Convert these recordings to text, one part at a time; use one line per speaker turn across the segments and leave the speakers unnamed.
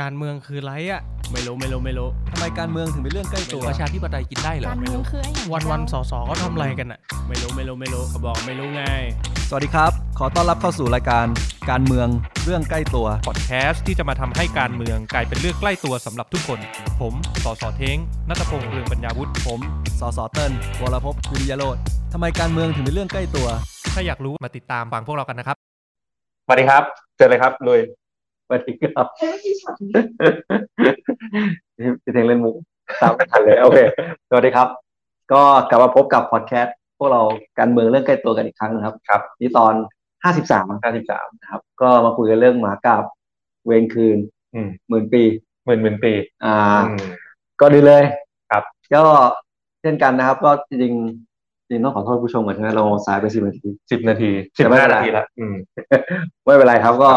การเมืองคือไรอะ
ไม่รู้ไม่รู้ไม่รู้
ทำไมการเมืองถึงเป็นเรื่องใกล้ตัว
ไม่
ป
รู้
ระชาธิปไตยกินได้เหรอ
การเมืองคือไอ้อย่าง
วันวันๆส
เจ้า
อสอเขาทำอะไรกันอะ
ไม่รู้ไม่รู้ไม่รู้เขาบอกไม่รู้ไง
สวัสดีครับ ขอต้อนรับเข้าสู่รายการการเมืองเรื่องใกล้ตัว
พอดแคสต์ที่จะมาทำให้การเมืองกลายเป็นเรื่องใกล้ตัวสำหรับทุกคน ผมสอสอเท้งนัตพงษ์เรืองปัญญาวุฒิ
ผมสสเติ้ลวรภพคุริยโรธทำไมการเมืองถึงเป็นเรื่องใกล้ตัว
ถ้าอยากรู้มาติดตามฟังพวกเรากันนะครับ
สวัสดีครับ เจอเลยครับลุยสวัสดีครับพี่เทงเล่นมุกตามไม่ทันเลย โอเค
สวัสดีครับ ก็กลับมาพบกับพอดแคสต์พวกเราการเมืองเรื่องใกล้ตัวกันอีกครั้งนะครับ
ครับ
นี่ตอน 53
ห้าสิบสาม
นะครับ ก็มาคุยกันเรื่องหมากับเวรคืน
อืม
หมื่นปี
หมื่นหมื่นปี
อ่า
อืม
ก็ดีเลย
ครับ
ก็เช่นกันนะครับ ก็จริงๆจริงต้องขอโทษผู้ชมก่อนนะเราสายไปสิบนาที
สิบนาที
แต่
สิบ
ไม่เป็
ห้าน
ไร
นาทีละอืม
ไม่เป็นไรครับก็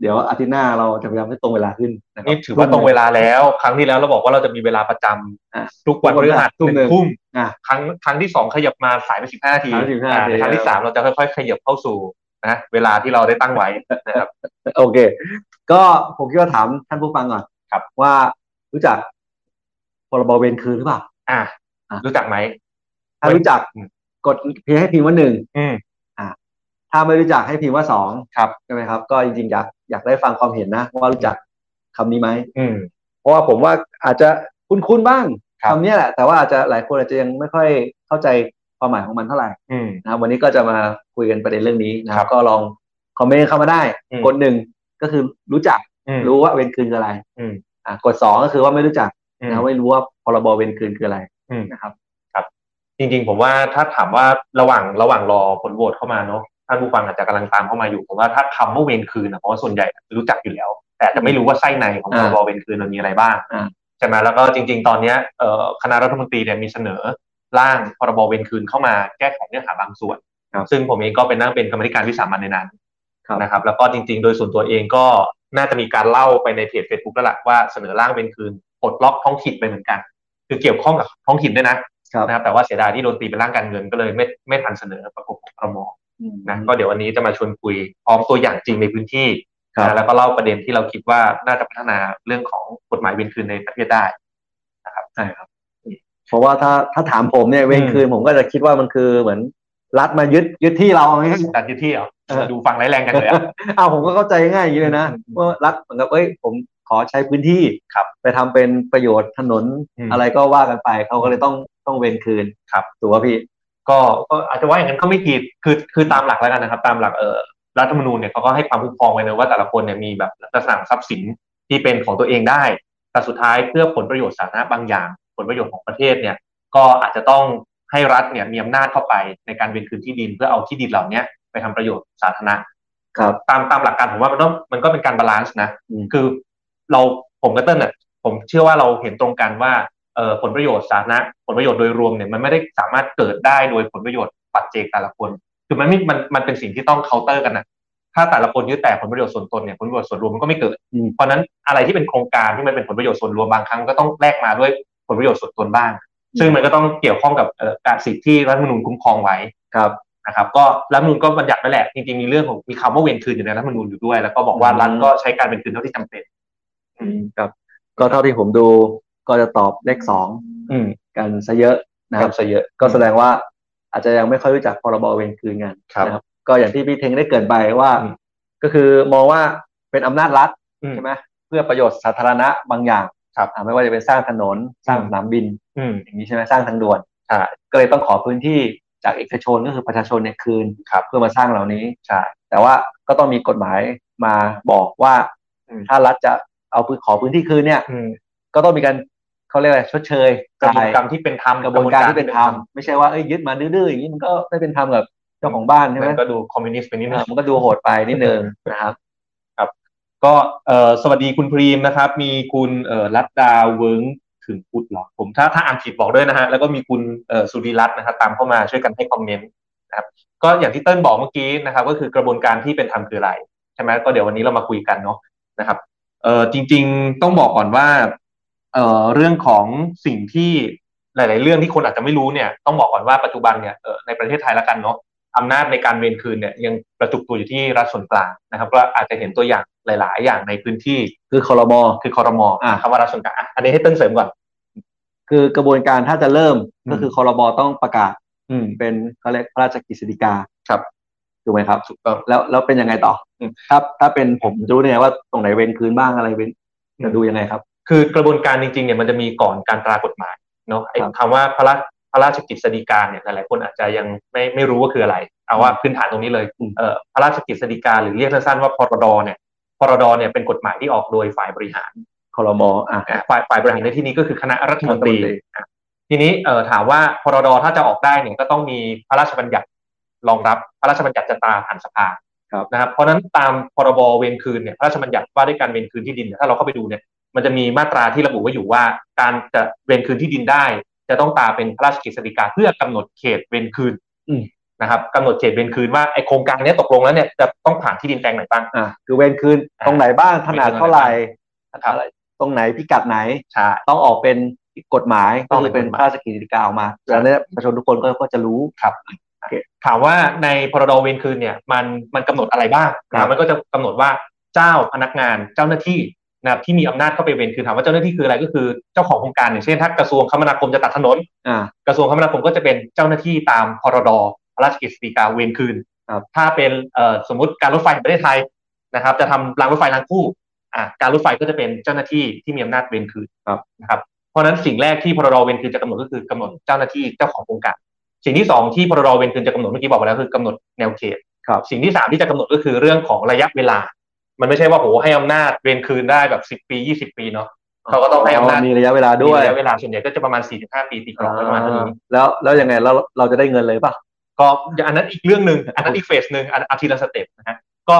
เดี๋ยวอาทิตย์หน้าเราจะพยายามให้ตรงเวลาขึ้นนะคบ
นี่ถือว่าตรงเวลาแล้ว ครั้งที่แล้วเราบอกว่าเราจะมีเวลาประจำ
อ่ะ
ทุกวันพฤหัส
ทุ่มหนึ่ง
ทุ่ม
อ่ะ
ครั้งครั้งที่สองขยับมาสายไปสิบห้านาที
สายไป15
อ่ะ
นาที
ครั้งที่สามเราจะค่อยๆ ขยับเข้าสู่นะเวลาที่เราได้ตั้งไว้นะครับ
โอเค ก็ผมคิดว่าถามท่านผู้ฟังก่อน
ครับ
ว่ารู้จักพรบเวรคืนหรือเปล่า
อ่ะ
อ่ะ
รู้จักไหม
ถ้ารู้จัก
อืม
กดเพียงให้พิมพ์ว่าหนึ่ง
อืม
ถ้าไม่รู้จักให้พิมพ์ว่าสอง
ครับ
ใช่ไหมครับ ก็จริงๆอยากอยากได้ฟังความเห็นนะว่ารู้จักคำนี้ไหม
อืม
เพราะว่าผมว่าอาจจะคุ้นๆบ้าง
ครับ
คำเนี้ยแหละแต่ว่าอาจจะหลายคนอาจจะยังไม่ค่อยเข้าใจความหมายของมันเท่าไหร่
อืม
นะครับวันนี้ก็จะมาคุยกันประเด็นเรื่องนี้นะค
ครั
รับบ ก็ลองคอมเมนต์เข้ามาได้
อืม
กดหนึ่งก็คือรู้จัก
อืม
รู้ว่าเวรคืนคืออะไร
อืม
อ่ะกดสองก็คือว่าไม่รู้จัก
อืม
นะไม่รู้ว่าพรบเวรคืนคืออะไร
อืม
นะครับ
จริงๆ ผมว่าถ้าถามว่าระหว่างระหว่างรอผลโหวตเข้ามาเนาะท่านผู้ฟังอาจจะกำลังตามเข้ามาอยู่ผมว่าถ้าคำว่าเวรคืนนะเพราะว่าส่วนใหญ่รู้จักอยู่แล้ว แต่อาจจะไม่รู้ว่าไส้ในของพ
อ่าร
บเวรคืนมันมีอะไรบ้าง
อ่า
ใช่ไหมแล้วก็จริง ๆ ตอนเนี้ยเอ่อคณะรัฐมนตรีเนี่ยมีเสนอร่างพรบเวรคืนเข้ามาแก้ไขเนื้อหาบางส่วน ซึ่งผมเองก็เป็นนั่งเป็นกรรมาธิการวิสามันในนั้น
ครับ
นะครับแล้วก็จริง ๆ โดยส่วนตัวเองก็น่าจะมีการเล่าไปในเพจ Facebook แล้วล่ะว่าเสนอร่างเวรคืนปลดล็อกท้องถิ่นไปเหมือนกัน คือเกี่ยวข้องกับท้องถิ่นด้วยนะ
ครับ
นะครับแต่ว่าเสียดายที่โดนตีเป็นร่างการเงินก็เลยไม่ไม่ทันเสนอประกบของครมนะก็เดี๋ยววันนี้จะมาชวนคุยพร้อมตัวอย่างจริงในพื้นที่
ครับ
นะแล้วก็เล่าประเด็นที่เราคิดว่าน่าจะพัฒนาเรื่องของกฎหมายเวรคืนในประเทศได้
ใช่ครับ เพราะว่าถ้าถ้าถามผมเนี่ยเวรคืนผมก็จะคิดว่ามันคือเหมือนรัฐมายึดยึด ที่เราเอาง่าย
ดัดยุทธี่เหรอ
เออ
ดูฟังไร้ายแรงกันเลยอะ
ๆ เอาผมก็เข้าใจง่ายอย่างนี้เลยนะ
อืม
ว่ารัฐเหมือนกับเอ้ยผมขอใช้พื้นที่
ครับ
ไปทำเป็นประโยชน์ถนน
อืม
อะไรก็ว่ากันไปเขาก็เลยต้องต้องเวรคืน
ครับ
ถูกป่ะพี่
ก็ก็อาจจะว่าอย่างนั้นก็ไม่ผิดคือคือตามหลักแล้วกันนะครับ ตามหลักเออรัฐธรรมนูญเนี่ยเขาก็ให้ความคุ้มครองไว้นะว่าแต่ละคนเนี่ยมีแบบลักษณะทรัพย์สินที่เป็นของตัวเองได้ แต่สุดท้ายเพื่อผลประโยชน์สาธารณะบางอย่าง ผลประโยชน์ของประเทศเนี่ยก็อาจจะต้องให้รัฐเนี่ยมีอำนาจเข้าไปในการเวนคืนที่ดิน เพื่อเอาที่ดินเหล่าเนี้ยไปทำประโยชน์สาธารณะ
ครับ
ตามตามหลักการผมว่ามันต้องมันก็เป็นการบาลานซ์นะ
อืม
คือเราผมกับเติ้ลน่ะผมเชื่อว่าเราเห็นตรงกันว่าเอ่อผลประโยชน์สาธารณะผลประโยชน์โดยรวมเนี่ยมันไม่ได้สามารถเกิดได้โดยผลประโยชน์ปัจเจกแต่ละคน คือมันไม่มันมันเป็นสิ่งที่ต้องเคาน์เตอร์กันนะถ้าแต่ละคนยึดแต่ผลประโยชน์ส่วนตนเนี่ยผลประโยชน์ส่วนรวมมันก็ไม่เกิด
อืม
เพราะฉะนั้นอะไรที่เป็นโครงการที่มันเป็นผลประโยชน์ส่วนรวมบางครั้งก็ต้องแลกมาด้วยผลประโยชน์ส่วนตนบ้าง ซึ่งมันก็ต้องเกี่ยวข้องกับเอ่อการสิทธิที่รัฐธรรมนูญคุ้มครองไว้
ครับ
นะครับก็รัฐธรรมนูญก็บัญญัติไว้แหละจริงๆมีเรื่องของมีคำว่าเวรคืนอยู่ในรัฐธรรมนูญอยู่ด้วย แล้วก็บอกว่า
อืม
รัฐก็ใช้การเวรคืนเท่าที่จำเป็น อืม
ครับ ก็เท่าที่ผมดูก็จะตอบเลขสอง
อืม
กันซะเยอะนะครับ
ซะเยอะ
ก็แสดงว่าอาจจะยังไม่ค่อยรู้จักพรบเวรคืนงาน
ครับ
นะครับ ก็อย่างที่พี่เทงได้เกรินไปว่า
อืม
ก็คือมองว่าเป็นอำนาจรัฐ
อืม
ใช่ไหมเพื่อประโยชน์สาธารณะบางอย่าง
ครับ
อ่าไม่ว่าจะเป็นสร้างถนนสร้างสนามบิน
อืม
อย่างนี้ใช่ไหมสร้างทางด่วน
ใช่
ก็เลยต้องขอพื้นที่จากเอกชนก็คือประชาชนเนี่ยคืน
ครับ
เพื่อมาสร้างเหล่านี้
ใช่
แต่ว่าก็ต้องมีกฎหมายมาบอกว่า
อืม
ถ้ารัฐจะเอาพื้นขอพื้นที่คืนเนี่ย
อืม
ก็ต้องมีการเขาเรียกอะไรชดเชย
กระบวน
จ่าย
การที่เป็นธรรม
กระบวนการที่เป็นธรรมไม่ใช่ว่าเอ้ยยึดมาดื้อๆอย่างนี้มันก็ไม่เป็นธรรมกับเจ้าของบ้านใช่ไหม
มันก็ดูคอมมิวนิสต์ไปนิดนึ
อ่าง มันก็ดูโหดไปนิดนึงนะครับ
ก็เอ่อสวัสดีคุณพรีมนะครับ มีคุณเอ่อรัตดาเวิงถึงพุทธเหรอผมถ้าถ้าอ่านผิดบอกด้วยนะฮะแล้วก็มีคุณเอ่อสุริรัตน์นะครับตามเข้ามาช่วยกันให้คอมเมนต์นะครับก็อย่างที่เติ้ลบอกเมื่อกี้นะครับ ก็คือกระบวนการที่เป็นธรรมคืออะไรใช่ไหมก็เดี๋ยววันนี้เรามาคุยกันเนาะนะครับเอ่อจริง ๆต้องบอกก่อนว่าเอ่อเรื่องของสิ่งที่หลาย ๆ เรื่องที่คนอาจจะไม่รู้เนี่ยต้องบอกก่อนว่าปัจจุบันเนี่ยเอ่อในประเทศไทยละกันเนาะ อำนาจในการเวรคืนเนี่ยยังกระจุกตัวอยู่ที่รัฐส่วนกลางนะครับ ก็อาจจะเห็นตัวอย่างหลาย ๆ อย่างในพื้นที่
คือคอรมอ
คือคอรมอ
อ่า
คำว่ารัฐส่วนกลางอ่ะอันนี้ให้เติ้ลเสริมก่อน
คือกระบวนการถ้าจะเริ่ม
อืม
ก็คือคอรมอต้องประกาศ
อืม
เป็นเขาเรียกพระราชกฤษฎีกา
ครับ
ถูกไหมครับ
ถูกต้อง
แล้วแล้วเป็นยังไงต่ออ
ม
ครับ ถ้าเป็นผมจะรู้ได้ไงว่าตรงไหนเว้นคืนบ้างอะไรเว้นจะดูยังไงครับ
คือกระบวนการจริงๆเนี่ยมันจะมีก่อนการตรากฎหมายเนาะไอ้
ครับ
คำว่าพระราพระราชกิจสฎีกาเนี่ยหลายๆคนอาจจะยังไม่ไม่รู้ว่าคืออะไร เอาว่าพื้นฐานตรงนี้เลย
อืม
เอ่อพระราชกิจสฎีกาหรือเรียกสั้นๆว่าพรดเนี่ยพรดเนี่ยเป็นกฎหมายที่ออกโดยฝ่ายบริหาร
คอรมออ่ะ
อ่ะฝ่ายฝ่ายบริหารในที่นี้ก็คือคณะรัฐมนตรี
รัฐมนตรี
อ่ะทีนี้เอ่อถามว่าพรดถ้าจะออกได้เนี่ยก็ต้องมีพระราชบัญญัติรองรับพระราชบัญญัติจะตราผ่านสภา
ครับ
นะครับเพราะฉะนั้นตามพรบเวรคืนเนี่ยพระราชบัญญัติว่าด้วยการเวรคืนที่ดินเนี่ยถ้าเราเข้าไปดูเนี่ยมันจะมีมาตราที่ระบุไว้อยู่ว่า การจะเวรคืนที่ดินได้ จะต้องตราเป็นพระราชกฤษฎีกาเพื่อกำหนดเขตเวรคืน
อืม
นะครับกำหนดเขตเวรคืนว่าไอโครงการเนี้ยตกลงแล้วเนี่ยจะต้องผ่านที่ดินแปลงไหนบ้าง
อ่ะคือเว้นคืน
อ่ะ
ตรงไหนบ้างขนาด
เว้นคืน
เท่าไหร่
นะครับ
ตรงไหนพิกัดไหน
ใช่
ต้องออกเป็นกฎหมาย
ต้
ก็
อง
คื
เป็
อน เป็น
กฎห
พ
มาย
ระราชกฤษฎีกาออกมาแล้วเนี่ยประชาชนทุกคนก็ก็จะรู้
ถามว่าในพรดเวรคืนเนี่ยมันมันกำหนดอะไรบ้าง
ครับ
นะมันก็จะกำหนดว่าเจ้าพนักงานเจ้าหน้าที่นะครับที่มีอำนาจเข้าไปเวรคืนถามว่าเจ้าหน้าที่คืออะไรก็คือเจ้าของโครงการอย่างเช่นถ้ากระทรวงคมนาคมจะตัดถนน
อ่า
กระทรวงคมนาคมก็จะเป็นเจ้าหน้าที่ตามพรดพระราชกฤษฎีกาเวรคืน
ครับ
ถ้าเป็นเอ่อสมมติการรถไฟแห่งประเทศไทยนะครับ จะทำรางรถไฟรางคู่อ่ะการรถไฟก็จะเป็นเจ้าหน้าที่ที่มีอำนาจเวรคืน
ครับ
นะครับเพราะฉะนั้นสิ่งแรกที่พรดเวรคืนจะกำหนดก็คือกำหนดเจ้าหน้าที่เจ้าของโครงการ สิ่งที่สองที่พรดเวรคืนจะกำหนดเมื่อกี้บอกไปแล้วคือกำหนดแนวเขต
ครับ
สิ่งที่สามที่จะกำหนดก็คือเรื่องของระยะเวลา มันไม่ใช่ว่าโหให้อำนาจเวรคืนได้แบบสิบ10 ปียี่สิบปีเนาะเขาก็ต้องให้อำนาจ
มีระยะเวลา
ด้
ด้
ว
วยย
ระยะเวลาส่วนใหญ่ก็จะประมาณ4-5ปีตีกรอบไว้ประมาณเท่านี้
อ่าแล้วแล้วยังไงเราเราจะได้เงินเลยป่ะ
ก็อย่างอันนั้นอีกเรื่องหนึ่งอันนั้นอีกเฟสหนึ่งอันอาทีละสเต็ปนะฮะก็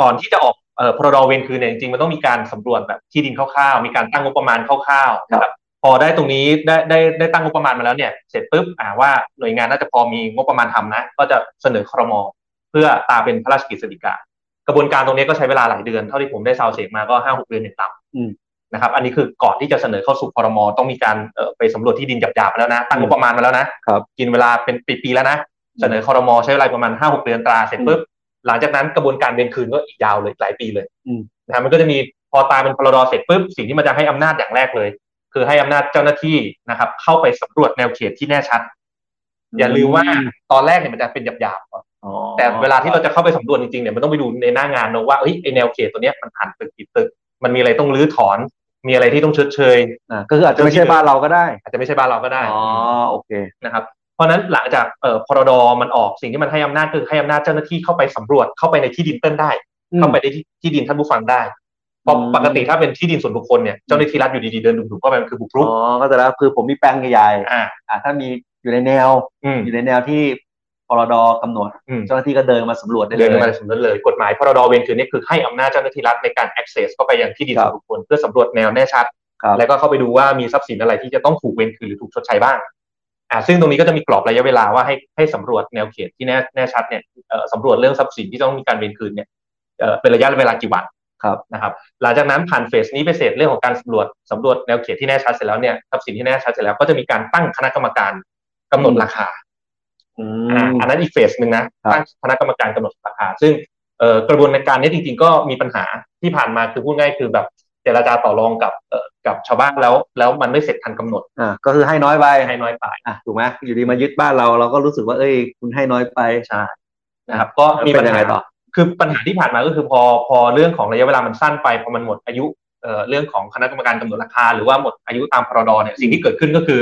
ก่อนที่จะออกเอ่อพรดเวรคืนเนี่ยจริงๆมันต้องมีการสำรวจแบบที่ดินคร่าวๆมีการตั้งงบประมาณคร่าวๆนะครับพอได้ตรงนี้ได้ได้ได้ตั้งงบประมาณมาแล้วเนี่ยเสร็จปุ๊บอ่าว่าหน่วยงานน่าจะพอมีงบประมาณทำนะ ก็จะเสนอครมเพื่อตาเป็นพระราชกฤษฎีกากระบวนการตรงนี้ก็ใช้เวลาหลายเดือนเท่าที่ผมได้ซาวเสียงมาก็ห้าหกเดือนอย่างต่
อืม
ำนะครับอันนี้คือก่อนที่จะเสนอเข้าสู่ครมต้องมีการเอ่อไปสำรวจที่ดินหยาบๆมาแล้วนะตั้งงบประมาณมาแล้วนะ กินเวลาเป็นปีๆแล้วนะ เสนอคอรมอใช้เวลาประมาณห้าหกเดือนตราเสร็จปุ๊บหลังจากนั้นกระบวนการเวียนคืนก็อีกยาวเลยหลายปีเลย
อืม
นะฮะมันก็จะมีพอตาเป็นพลดเสร็จปุ๊บสิ่งที่มันจะให้อำนาจอย่างแรกเลย คือให้อำนาจเจ้าหน้าที่นะครับ เข้าไปสำรวจแนวเขตที่แน่ชัด อย่าลืมว่าตอนแรกเนี่ยมันจะเป็นหยาบๆก่อน
อ๋อ
แต่เวลาที่เราจะเข้าไปสำรวจจริงๆเนี่ยมันต้องไปดูในหน้างานเนอะว่าเฮ้ยไอแนวเขตตัวเนี้ยมันผ่านตึกกี่ตึกมันมีอะไรต้องรื้อถอน มีอะไรที่ต้องชดเชย
อ่าก็คืออาจจะไม่ใช่บ้านเราก็ได้
อาจจะไม่ใช่บ้านเราก็ได้
อ๋อโอเค
นะครับเพราะฉะนั้นหลังจากเอ่อพรดมันออกสิ่งที่มันให้อำนาจคือให้อำนาจเจ้าหน้าที่เข้าไปสำรวจเข้าไปในที่ดินเต้นได้ เข้าไปในที่ที่ดินท่านผู้ฟังได้เพราะ
อืม
ปกติถ้าเป็นที่ดินส่วนบุคคลเนี่ยเจ้าหน้าที่รัฐอยู่ดีๆเดินดุ่มๆเข้าไปมันคือบุกรุ
อ๋
ก
อก็จะแล้วคือผมมีแปลงใหญ่ๆ
อ่า
อ่าถ้ามีอยู่ในแนว
อืม
อยู่ในแนวที่พรดกำหนด
อืม
เจ้าหน้าที่ก็เดินมาสำรวจได้เล
เดิ
ย
นมาสำรวจเลยกฎหมายพรดเวรคืนนี่คือให้อำนาจเจ้าหน้าที่รัฐในการ access เข้าไปยังที่ดินส่วนบุคคลเพื่อสำรวจแนวแน่ชัด
ครับ
แล้วก็เข้าไปดูว่ามีทรัพย์สินอะไรที่จะต้องถูกเวรคืนหรือถูกชดใช้บ้างอ่าซึ่งตรงนี้ก็จะมีกรอบระยะเวลาว่าให้ให้สำรวจแนวเขตที่แน่แน่ชัดเนี่ยเอ่อสำรวจเรื่องทรัพย์สินที่ต้องมีการเวรคืนเนี่ยเอ่อเป็นระยะเวลากี่วัน
ครับ
นะครับ หลังจากนั้นผ่านเฟสนี้ไปเสร็จเรื่องของการสำรวจสำรวจแนวเขตที่แน่ชัดเสร็จแล้วเนี่ยทรัพย์สินที่แน่ชัดเสร็จแล้วก็จะมีการตั้งคณะกรรมการกำหนดราคา
อื
อ่าม อันนั้นอีกเฟสหนึ่งนะครับ ตั้งคณะกรรมการกำหนดราคา ซึ่งเอ่อกระบวนการนี้จริงๆ ก็มีปัญหาที่ผ่านมาคือพูดง่ายคือแบบเจรจาต่อรองกับเอ่อกับชาวบ้านแล้ว แล้วมันไม่เสร็จทันกำหนด
อ่าก็คือให้น้อยไป
ให้น้อยไป
อ่ะถูกไหมอยู่ดีมายึดบ้านเราเราก็รู้สึกว่าเอ้ยคุณให้น้อยไป
ใช่นะครับ ก็มีปัญ
เป็นยั
หาง
ไงต่อ
คือปัญหาที่ผ่านมาก็คือพอพอเรื่องของระยะเวลามันสั้นไปพอมันหมดอายุเอ่อเรื่องของคณะกรรมการกำหนดราคา หรือว่าหมดอายุตามพรดเนี่ยสิ่งที่เกิดขึ้นก็คือ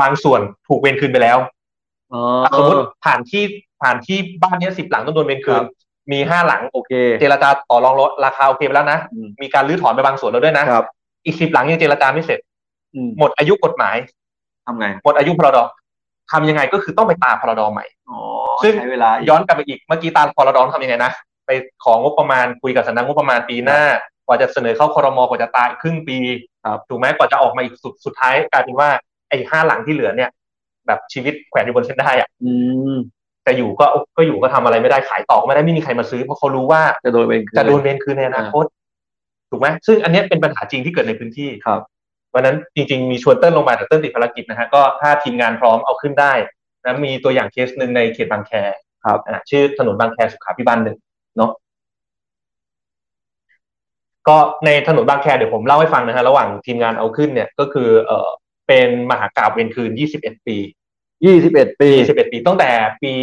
บางส่วนถูกเวรคืนไปแล้ว
อ๋อ
สมมติผ่านที่ผ่านที่บ้านเนี้ยสิบหลังต้องโดนเวรคื
ครั
น
บ
มีห้าหลัง
โอเค
เจรจาต่อรองลดราคาโอเคไปแล้วนะ
อืม
มีการรื้อถอนไปบางส่วนแล้วด้วยนะ
ครับ
อีกสิบหลังยังเจรจาไม่เสร็จ
อืม
หมดอายุกฎหมาย
ทำไง
หมดอายุพรดทำยังไงก็คือต้องไปตามพรดใหม่
อ๋อ
ซึ่ง
ใช้เวลาอีก
ย้อนกลับไปอีกเมื่อกี้ตามพรดทำยังไงนะ ไปของบประมาณคุยกับสำนักงบประมาณปีหน้ากว่าจะเสนอเข้าครมกว่าจะตายครึ่งปี
ครับ
ถูกไหมกว่าจะออกมาอีกสุดสุดท้ายกลายเป็นว่าไอ้ห้าหลังที่เหลือเนี่ย แบบชีวิตแขวนอยู่บนเส้นได้อะ
อืม
จะอยู่ก็ก็อยู่ก็ทำอะไรไม่ได้ขายต่อก็ไม่ได้ไม่มีใครมาซื้อเพราะเขารู้ว่า
จะโดนเป็นคืน
จะโดนเวรคืนในอนาคต ถูกไหมซึ่งอันเนี้ยเป็นปัญหาจริงที่เกิดในพื้นที่
ครับ
วันนั้นจริง ๆ มีชวนเติ้ลลงมาแต่เติ้ลติดภารกิจนะฮะก็ถ้าทีมงานพร้อมเอาขึ้นได้นะมีตัวอย่างเคสหนึ่งในเขตบางแค
ครับ
อ่าชื่อถนนบางแคสุขาพิบาลหนึ่งเนาะก็ในถนนบางแคเดี๋ยวผมเล่าให้ฟังนะฮะระหว่างทีมงานเอาขึ้นเนี่ยก็คือเออเป็นมหากราบเวรคืน 21 ปี
ยี่สิบเอ็ดปี
21 ปีตั้งแต่ปี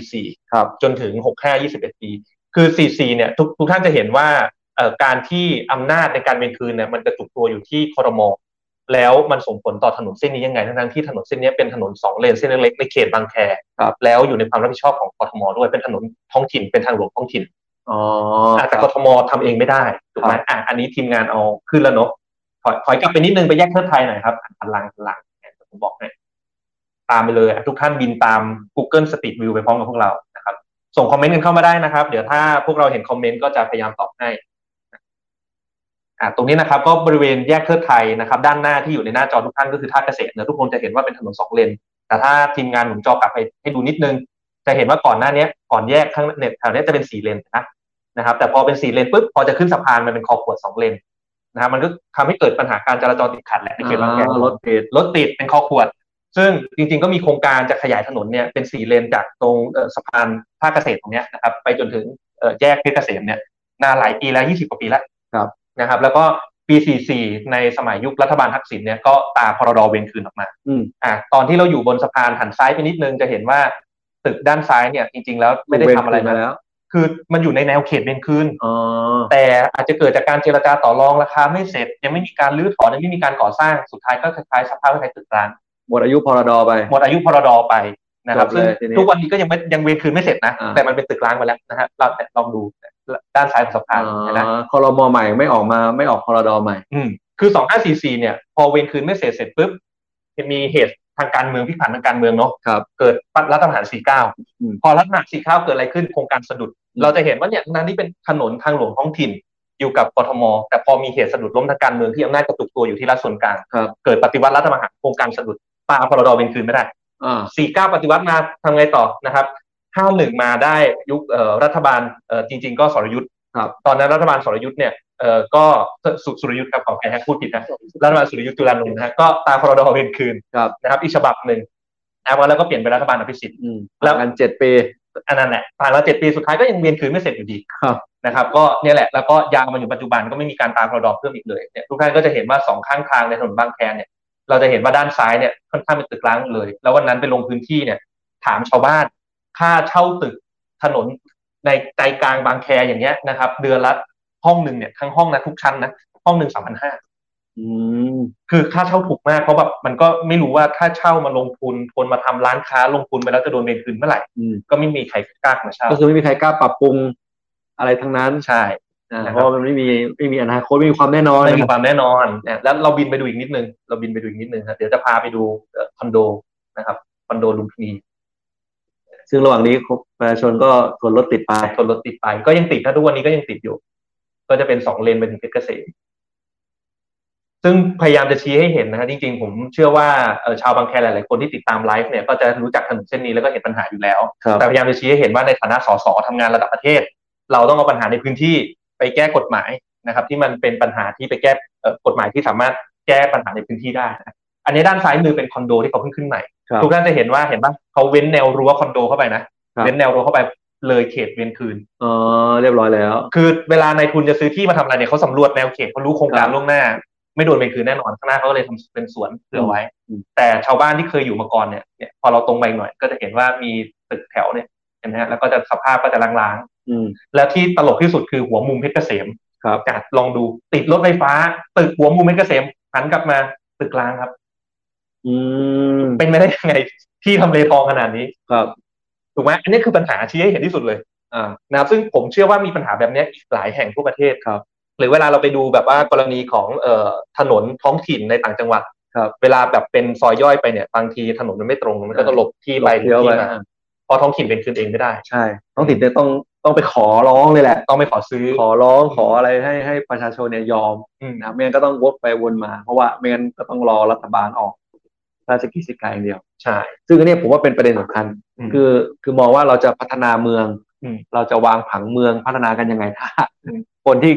2544
ครับ
จนถึง 65 21 ปี คือ 44 เนี่ยทุกทุกท่านจะเห็นว่าเอ่อการที่อำนาจในการเวรคืนเนี่ยมันกระจุกตัวอยู่ที่คอรมอแล้วมันส่งผลต่อถนนเส้นนี้ยังไง ทั้งๆที่ถนนเส้นนี้เป็นถนนสองเลนเส้นเล็กๆในเขตบางแค
ครับ
แล้วอยู่ในความรับผิดชอบของกทมด้วยเป็นถนนท้องถิ่นเป็นทางหลวงท้องถิ่น
อ๋อ
อ่ะแต่กทมทำเองไม่ได้ถูกไหมอ่ะอันนี้ทีมงานเอาขึ้นแล้วเนาะถอยถอยกลับไปนิดนึงไปแยกเทิดไทยหน่อยครับอ่ะหันหลังหันหลังเนี่ยผมบอกให้ตามไปเลยอ่ะทุกท่านบินตาม Google Street View ไปพร้อมกับพวกเรานะครับ ส่งคอมเมนต์กันเข้ามาได้นะครับ เดี๋ยวถ้าพวกเราเห็นคอมเมนต์ก็จะพยายามตอบให้อ่ะตรงนี้นะครับ ก็บริเวณแยกเทิดไทยนะครับ ด้านหน้าที่อยู่ในหน้าจอทุกท่านก็คือท่าเกษตรนะทุกคนจะเห็นว่าเป็นถนนสองเลน แต่ถ้าทีมงานหมุนจอกลับไปให้ดูนิดนึง จะเห็นว่าก่อนหน้าเนี้ยก่อนแยกข้างเน็ตแถวเนี้ยจะเป็นสี่เลนนะนะครับ แต่พอเป็นสี่เลนปุ๊บพอจะขึ้นสะพานมันเป็นคอขวดสองเลนนะครับมันก็ทำให้เกิดปัญหาการจราจรติดขัดแหละในเขตบางแค
อ่ารถติด
รถติดเป็นคอขวด ซึ่งจริงๆก็มีโครงการจะขยายถนนเนี่ยเป็นสี่เลนจากตรงเอ่อสะพานท่าเกษตรตรงเนี้ยนะครับไปจนถึงเอ่อแยกเพชรเกษมเนี่ยนานหลายปีแล้วยี่สิบกว่าปีแล้ว
ครับ
นะครับ แล้วก็ปี 44 ในสมัยยุครัฐบาลทักษิณเนี่ยก็ตาพรดเวรคืนออกมา
อืม
อ่ะตอนที่เราอยู่บนสะพานหันซ้ายไปนิดนึงจะเห็นว่าตึกด้านซ้ายเนี่ยจริงๆแล้วไม่ได้ทำอะไร
เว้นคืนมาแล้ว
คือมันอยู่ในแนวเขตเวรคืน
อ๋อ
แต่อาจจะเกิดจากการเจรจาต่อรองราคาไม่เสร็จ ยังไม่มีการรื้อถอนยังไม่มีการก่อสร้างสุดท้ายก็คล้ายๆสภาพคล้ายๆตึกร้าง
หมดอายุพรดไป
หมดอายุพรดไปนะครับ
จบเล
ซึ่ง
ยทีนี้
ทุกวันนี้ก็ยังไม่ยังเวรคืนไม่เสร็จนะ
อ่า
แต่มันเป็นตึกร้างไปแล้วนะฮะเราเนี่ยลองดูด้านซ้ายของสะ
อ๋
พานเห็นะ
อคอรมอใหม่ไม่ออกมาไม่ออกพรดใหม่
อืมคือสองห้าสี่สี่เนี่ย พอเวรคืนไม่เสร็จเสร็จปุ๊บมีเหตุทางการเมืองพิกผันทางการเมืองเนาะ
ครับ
เกิดรัฐประหารสี่เก้า
อืม
พอรัฐประหารสี่เก้าเกิดอะไรขึ้นโครงการสะดุด
อืม
เราจะเห็นว่าเนี่ยทั้งที่เป็นถนนทางหลวงท้องถิ่น อยู่กับกทม แต่พอมีเหตุสะดุดล้มทางการเมืองที่อำนาจกระตุกตัวอยู่ที่รัฐส่วนกลาง
ครับ
เกิดปฏิวัติรัฐประหารโครงการสะดุดปาพรดเวรคืนไม่ได้
อ่า
สี่เก้าปฏิวัติมาทำไงต่อนะครับห้าหนึ่งมาได้ยุคเอ่อรัฐบาลเอ่อจริง ๆ ก็สรยุทธ์
ครับ
ตอนนั้นรัฐบาลสรยุทธ์เนี่ยเอ่อก็สุสุรยุทธ์ครับขออภัยฮะพูดผิดนะรัฐบาลสุรยุทธ์จุลานุนนะฮะก็ตามพรดเวรคืน
ครับ
นะครับ อีกฉบับหนึ่งนะครับแล้วก็เปลี่ยนเป็นรัฐบาลอภิสิทธิ์
อืม
แล้ว
กันเจ็ดปี
อันนั้นแหละผ่านมาเจ็ดปีสุดท้ายก็ยังเวียนคืนไม่เสร็จอยู่ดี
ครับ
นะครับ ก็เนี่ยแหละแล้วก็ยาวมาอยู่ปัจจุบันก็ไม่มีการตามพรดเพิ่มอีกเลยเนี่ยทุกท่านก็จะเห็นว่าสองข้างทางในถนนบางแคเนี่ยเราจะเห็นว่าด้านซ้ายเนี่ยค่อนข้างเป็นตึกร้างหมดเลย แล้ววันนั้นไปลงพื้นที่เนี่ย ถามชาวบ้าน ค่าเช่าตึกถนนในใจกลางบางแคอย่างเงี้ยนะครับ เดือนละห้องหนึ่งเนี่ยทั้งห้องนะทุกชั้นนะห้องหนึ่งสามพันห้า
อืม
คือค่าเช่าถูกมากเพราะแบบมันก็ไม่รู้ว่าถ้าเช่ามาลงทุนคนมาทำร้านค้าลงทุนไปแล้วจะโดนเวรคืนเมื่อไหร่
อืม
ก็ไม่มีใครกล้ามาเช่า
ก็คือไม่มีใครกล้าปรับปรุงอะไรทั้งนั้น
ใช่
อ่า
นะครับ
เพราะว่ามันไม่มีไม่มีอนาคตไม่มีความแน่นอน
ไม่มีความแน่นอนเนี่ยแล้วเราบินไปดูอีกนิดนึงเราบินไปดูอีกนิดนึงครับเดี๋ยวจะพาไปดูเอ่อคอนโดนะครับคอนโดลุมพินี
ซึ่งระหว่างนี้ประชาชนก็ทนรถติดไป
ทนรถติดไปก็ยังติดถ้าทุกวันนี้ก็ยังติดอยู่ ก็จะเป็นสองเลนไปถึงเพชรเกษมซึ่งพยายามจะชี้ให้เห็นนะฮะจริงๆ ผมเชื่อว่าเอ่อชาวบางแคหลายๆคนที่ติดตามไลฟ์เนี่ยก็จะรู้จักถนนเส้นนี้แล้วก็เห็นปัญหาอยู่แล้ว
ครับ
แต่พยายามจะชี้ให้เห็นว่าในฐานะสสทำงานระดับประเทศ เราต้องเอาปัญหาในพื้นที่ไปแก้กฎหมายนะครับ ที่มันเป็นปัญหาที่ไปแก้เอ่อกฎหมายที่สามารถแก้ปัญหาในพื้นที่ได้นะอันนี้ด้านซ้ายมือเป็นคอนโดที่เขาเพิ่งขึ้นใหม่
ครับ
ทุกท่านจะเห็นว่าเห็นปะเขาเว้นแนวรั้วคอนโดเข้าไปนะเว้นแนวรั้วเข้าไปเลยเขตเวียนคืน
อ๋อเรียบร้อยแล้ว
คือเวลานายทุนจะซื้อที่มาทำอะไรเนี่ยเขาสำรวจแนวเขตเขารู้โครงการ
ครับ
ล่วงหน้า ไม่โดนเวรคืนแน่นอนข้างหน้าเขาก็เลยทำเป็นสวนเผื่อไว้
อืม
แต่ชาวบ้านที่เคยอยู่มาก่อนเนี่ยเนี่ยพอเราตรงไปหน่อยก็จะเห็นว่ามีตึกแถวเนี่ยเห็นไหมฮะแล้วก็จะสภาพก็จะล้างๆ
อืม
แล้วที่ตลกที่สุดคือหัวมุมเพชรเกษม
ครับ
อ่ะลองดูติดรถไฟฟ้า ตึกหัวมุมเพชรเกษมหันกลับมาตึกร้างครับ
อืม
เป็นไม่ได้ยังไง ที่ทำเลทองขนาดนี้
ครับ
ถูกไหมอันนี้คือปัญหาชี้ให้เห็นที่สุดเลย
อ่า
นะครับซึ่งผมเชื่อว่ามีปัญหาแบบเนี้ยอีกหลายแห่งทั่วประเทศ
ครับ
หรือเวลาเราไปดูแบบว่ากรณีของเอ่อถนนท้องถิ่นในต่างจังหวัด
ครับ
เวลาแบบเป็นซอยย่อยไปเนี่ยบางทีถนนมันไม่ตรงมันก็จะหลบที่ไปหรือ
เที่ยวไป
ที่มาเพราะท้องถิ่นเป็นคืนเองไม่ได้
ใช่ต้องติดเนี่ยต้องต้องไปขอร้องเลยแหละ
ต้องไปขอซื้อ
ขอร้องขออะไรให้ให้ประชาชนเนี่ยยอม
ม
นะครับไม่งั้นก็ต้องวกไปวนมา เพราะว่าไม่งั้นก็ต้องรอรัฐบาลออกราชกิจสิกาอย่างเดียว
ใช่
ซึ่งอันเนี้ยผมว่าเป็นประเด็นสำคัญ
ม
คือคือมองว่าเราจะพัฒนาเมือง
อืม
เราจะวางผังเมืองพัฒนากันยังไงถ้าคนที่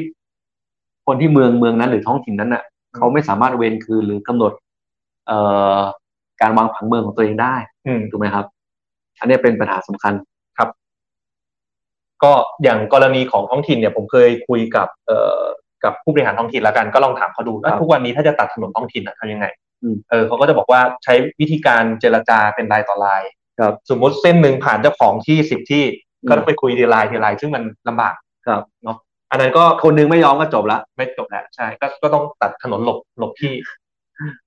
คนที่เมืองเมืองนั้นหรือท้องถิ่นนั้นน่ะ
อืม
เขาไม่สามารถเวรคืนหรือกำหนด เอ่อการวางผังเมืองของตัวเองได้
อืม
ถูกไหมครับ อันเนี้ยเป็นปัญหาสำคัญ
ก็อย่างกรณีของท้องถิ่นเนี่ยผมเคยคุยกับเอ่อกับผู้บริหารท้องถิ่นแล้วกันก็ลองถามเขาดู
ครั
ว่า
บ
ทุกวันนี้ถ้าจะตัดถนนท้องถิ่นน่ะทำยังไง
อืม
เออเขาก็จะบอกว่าใช้วิธีการเจรจาเป็นรายต่อราย
ครับ
สมมติเส้นหนึ่งผ่านเจ้าของที่สิบที่
อืม
ก็ต้องไปคุยทีรายทีรายซึ่งมันลำบาก
ครับ
เนาะอันนั้นก็
คนหนึงไม่ยอมก็จบละ
ไม่จบแล้วใช่ก็ก็ต้องตัดถนนหลบหลบที่